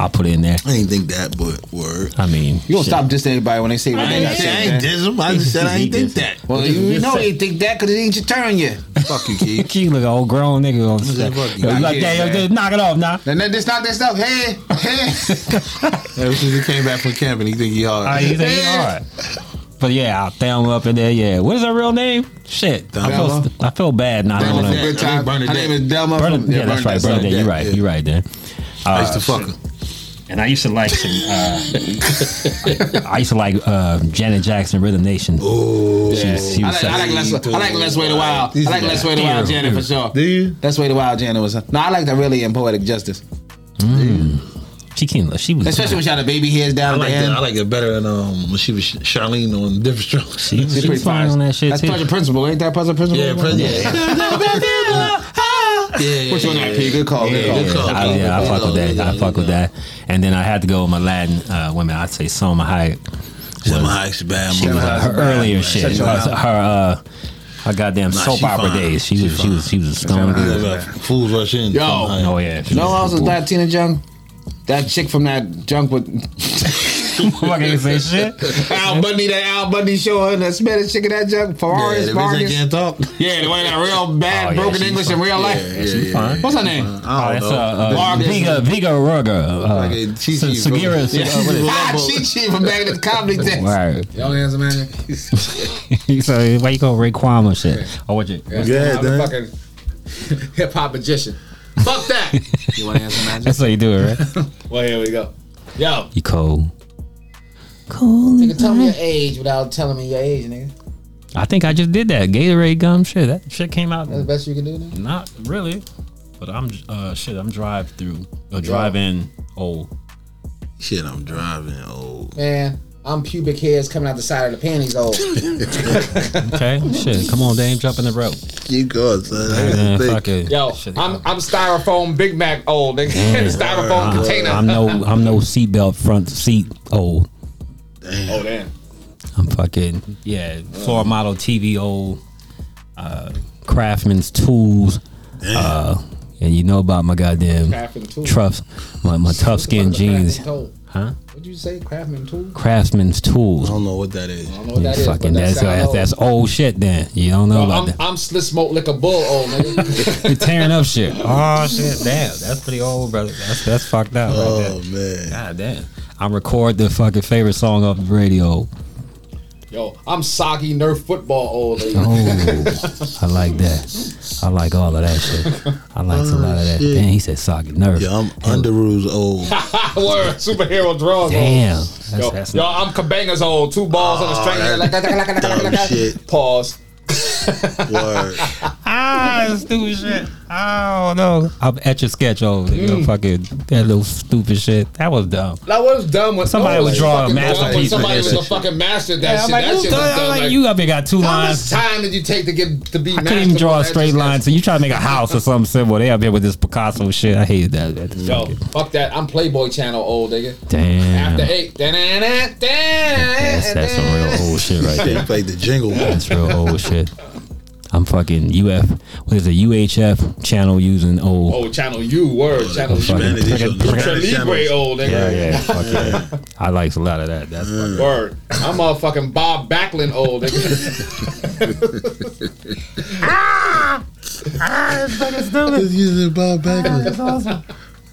I'll put it in there. I didn't think that, but word. I mean, You don't shit. stop dissing everybody when they say what I they got ain't, to I say. ain't man. diss him. I just said I ain't think that. Well, Just- you just know say- they think that because it ain't your turn yet. Fuck you, kid. Key look an old grown nigga. On that yo, fucking- you like, Yeah, yeah, yo, man. just knock it off now. And then this not this stuff. Hey, hey. Ever since he came back from camping, he think he all All right, right. Ah, you think you all right. But yeah, I'll Thelma up in there. Yeah, what is her real name? Shit, I Thelma? feel, I feel bad not Thelma knowing from her. Good Time. Her name is Delma. Bernadette, from- yeah, that's right, Bernadette. Bernadette. You're yeah, right, yeah. you're right, Dan. I used to fuck him. And I used to like some. Uh, I used to like uh, Janet Jackson, Rhythm Nation. Oh, she was, she I was like, such- I like Les. I like Les Wade the Wild. I like Les Wade the Wild Janet for sure. Do you? Les Wade the Wild Janet was. No, I like that really in poetic justice, she came. She was. especially when she had the baby hairs I down at like the it. I end. like it better than um when she was Charlene on different strokes. She was, she was fine on that shit That's too. Pleasure Principle, ain't that Pleasure Principle? Yeah, president. yeah, Put you on that P. Good call. Yeah, Good good call. call. I, yeah, I fuck with that. I fuck with that. And then I had to go with my Latin uh, women. I'd say Soma Hayek. Selma Hayek's a bad She was woman. her earlier shit. Her, Shut your her, uh, her goddamn Nah, soap she opera fine. days. She, She was. She was. She was a stone. Yeah, good- but Fools rush in. Yo. Selma Hayek. Oh yeah. she No, was I was cool. Latina junk. That chick from that junk with Fuck, I can't say shit. Al Bundy, that Al Bundy show, and that Spanish chick in that junk, Yeah, Ferraris, the bitch that Vargas. can't talk. Yeah, the one that real bad, Oh, yeah, broken she's English in fine. real life. Yeah, yeah, fine. yeah. What's her name? Oh, I that's don't uh, uh, Vargas. Viga Viga Like a Ruga. Uh, Chi-Chi from- Sagira. Yeah, she's a Sagira. Ah, Lobo. Chi Chi from back in the comedy days. Right. Y'all answer, man. so why you call Ray Kwame shit? Oh, what you? I'm a fucking hip hop magician. Fuck that. You want to answer, man? That's how you do it, right? well, here we go. Yo, You cold. Cold. you can tell me your age without telling me your age, nigga. I think I just did that Gatorade gum shit. That shit came out That's the best you can do, nigga. not really, but I'm uh shit. I'm drive through, uh, drive in. Oh, Shit, I'm driving. Oh, Man, I'm pubic hairs coming out the side of the panties old. okay. shit, come on, Dame, jump in the rope. keep going, son. I gotta Man, think. fuck it. Yo, Shit, I'm I'm styrofoam Big Mac old, nigga. styrofoam container. I'm no, I'm no seatbelt front seat. Oh, oh damn. I'm fucking yeah. Floor model TV. Old uh, craftsman's tools. Uh, and you know about my goddamn Craftsman tool. truffs, my my tough skin jeans, huh? What'd you say? Craftsman tool? Craftsman's I tools. don't know what that is. I don't know what You that is. fucking but that that's, sound that's old. that's old shit. Then you don't know Yo, about I'm, that. I'm slit smoked like a bull old, nigga. You're tearing up shit. Oh shit, damn, that's pretty old, brother. That's that's fucked up Oh right there. man, God damn. I record the fucking favorite song off the radio. Yo, I'm soggy Nerf football old, nigga. Oh, I like that. I like all of that shit. I like a lot of Oh, that. shit. Damn, he said soggy nerve. yeah, I'm under rules oh, old. Word, superhero Oh. drugs. Damn, old. that's, Yo, that's yo, I'm Cabangas old. Two balls on a string. like, like, like, like, like, dumb like, shit. Pause. Word. ah, that's stupid shit. I don't know. Mm. I'm at your sketch old. You know, fucking that little stupid shit. That was dumb. That was dumb when Somebody that would was draw a fucking dumb when masterpiece of Somebody that was a shit. fucking master at that Yeah, I'm shit. like, that you, shit was I'm dumb. like, Like, you up here got two how lines. much time did you take to get to be? I couldn't even draw a straight line. So you try to make a house or something simple. They up here with this Picasso shit. I hated that. That's Yo, fucking- fuck that. I'm Playboy Channel old, nigga. Damn. After eight. Oh, That's, that's some real old shit right They there. played the jingle. That's real old shit. I'm fucking UF. What is it? UHF channel using old. Oh, Channel U, word. Channel fuck U. it. Spanish, these are the Ultra Spanish Libre channels. old, nigga. Yeah, yeah, fuck yeah. I liked a lot of that. That's fucking- Word. I'm motherfucking Bob Backlund old, nigga. ah, it's fucking stupid. using Bob backwards. That's awesome.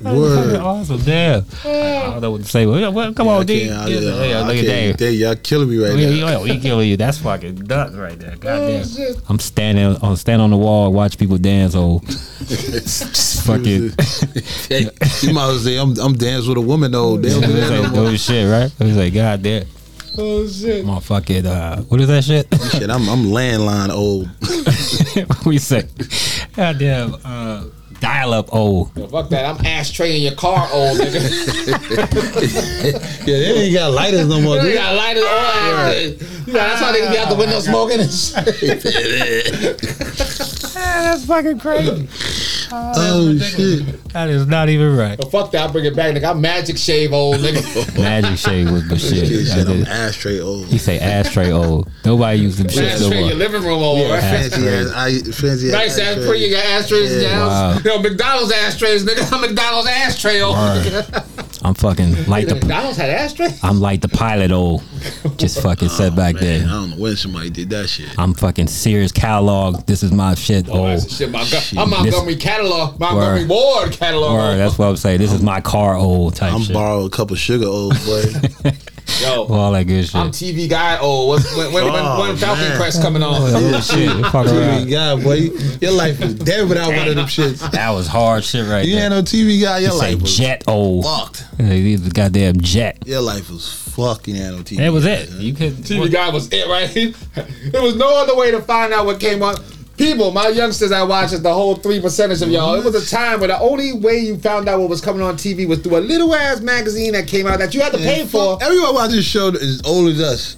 That's Word. awesome. Damn. I don't know what to say. Well, yeah, well, come I on, D. can't- I- Yeah, yeah, yeah, I Look can't- at that. They- Y'all killing me right We, now. we, we kill you. That's fucking nuts right there. Goddamn. I'm standing on stand on the wall, watch people dance. Oh, just fucking. Hey, you might as well say I'm, I'm dancing with a woman though. They don't do that It's no like, more. oh shit, right? It was like, god damn. Oh shit. Motherfucking, uh, what is that shit? Shit, I'm, I'm landline oh, old. what we say? God damn, uh, dial up old. Fuck that. I'm ashtray in your car, old nigga. Yeah, they ain't got lighters no more. you Dude. got lighters all right. You know, that's how they be out the window smoking and shit. that's fucking crazy. Oh shit! That is not even right. But fuck that. I'll bring it back, nigga. I magic shave, old nigga. Magic shade was the shit. Shit, I'm I did. ashtray old. He say ashtray old. Nobody used them shit no ashtray in your more. living room, old. right? Fancy ass, I, fancy Nice ass pretty. You got ashtrays in your house. Yo, McDonald's ashtrays, nigga. I'm McDonald's ashtray, old. nigga. I'm fucking like the McDonald's had ashtrays? I'm like the pilot old. Just fucking sat back I there. don't know when somebody did that shit. I'm fucking serious catalog. This is my shit Oh, old. that's the shit. Mon- I'm Montgomery catalog. Montgomery Word. Ward catalog. Or that's what I'm saying. This is my car old type I'm shit. borrow a cup of sugar, old boy. Yo, All that good shit. I'm TV guy. Oh, what's, when, when, Oh, when, when Falcon man. Crest coming on? Oh, shit. Fuck TV around. guy, boy, your life is dead without one of them shits. That was hard shit right You there. ain't no TV guy, your It's like life was jet old. fucked. Hey, the goddamn jet. Your life was fucked. You ain't no TV. That was it. You could. TV guy was it, right? there was no other way to find out what came on. People, my youngsters I watch is the whole three percenters of y'all. It was a time where the only way you found out what was coming on TV was through a little ass magazine that came out that you had to pay for. Fuck, Everyone watching this show is old as us.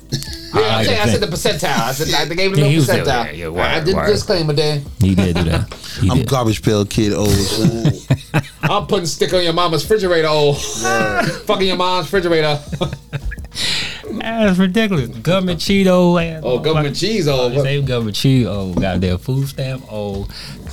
Yeah, I I, like said, to I said the think. percentile. I said I gave it Yeah, a he little was there, yeah, percentile. yeah, word, I did word. the disclaimer, Dan. He did do that. He I'm did. garbage pail kid old. I'm putting stick on your mama's refrigerator. Oh, fucking your mom's refrigerator. That's ridiculous. Government Cheeto. ass Oh, government motherfucker. cheese. Oh, His name government cheese. Oh, goddamn food stamp. Oh,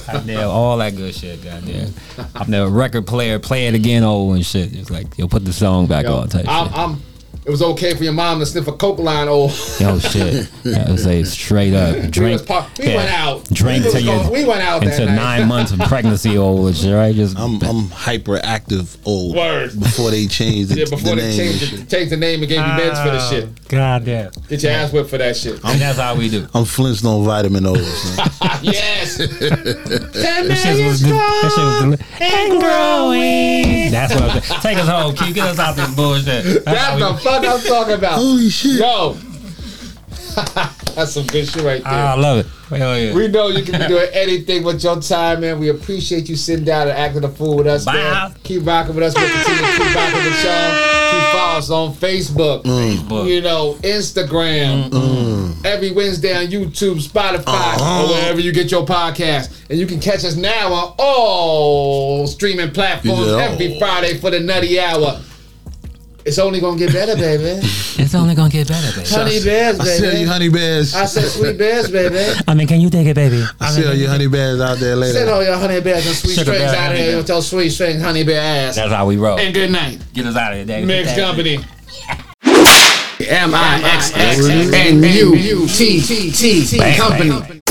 goddamn all that good shit. Goddamn. I'm the record player. Play it again. Oh, and shit. It's like yo, put the song back Yo, on. Type I'm, shit. I'm. It was okay for your mom to sniff a coke line. Oh, Yo, shit. That was a straight up we, was drink. pop, we yeah, went out. Drink we, to was your going- we went out that into night. nine months of pregnancy. Oh, and shit, right? Just I'm I'm hyperactive old. Word. Before they changed it. Yeah, before the they name and changed shit. the, changed the name and gave you meds for this shit. Ah. Goddamn. Get your ass whipped for that shit. And that's how we do. I'm Flintstone vitamin old. son. yes. Ten That shit million was, that shit was deli- and growing. That's what I'm saying. Take us home, Keith. Get us out this bullshit. That's how That's we- the fuck I'm talking about. Holy Oh, shit. Yo, that's some good shit right there. I love it. Hell yeah. we know you can be doing anything with your time, man. We appreciate you sitting down and acting a fool with us, Bye. man. Keep rocking with us. We'll continue to keep rocking with y'all. Keep following us on Facebook, Mm. you know, Instagram, every Wednesday on YouTube, Spotify, Uh-huh. or wherever you get your podcast. And you can catch us now on all streaming platforms Yeah. every Friday for the Nutty Hour. It's only gonna get better, baby. It's only gonna get better, baby. honey bears, I sell you baby. honey bears. I I said sweet bears, baby. I mean, can you take it, baby? sell you honey bears out there Send later. all your Oh, honey bears and sweet Sugar strings bear, out honey here bear. with your sweet string honey bear ass. That's how we roll. and good night. Get us out of here, baby. Mixed Thank you. company. M I X X N U T T T company.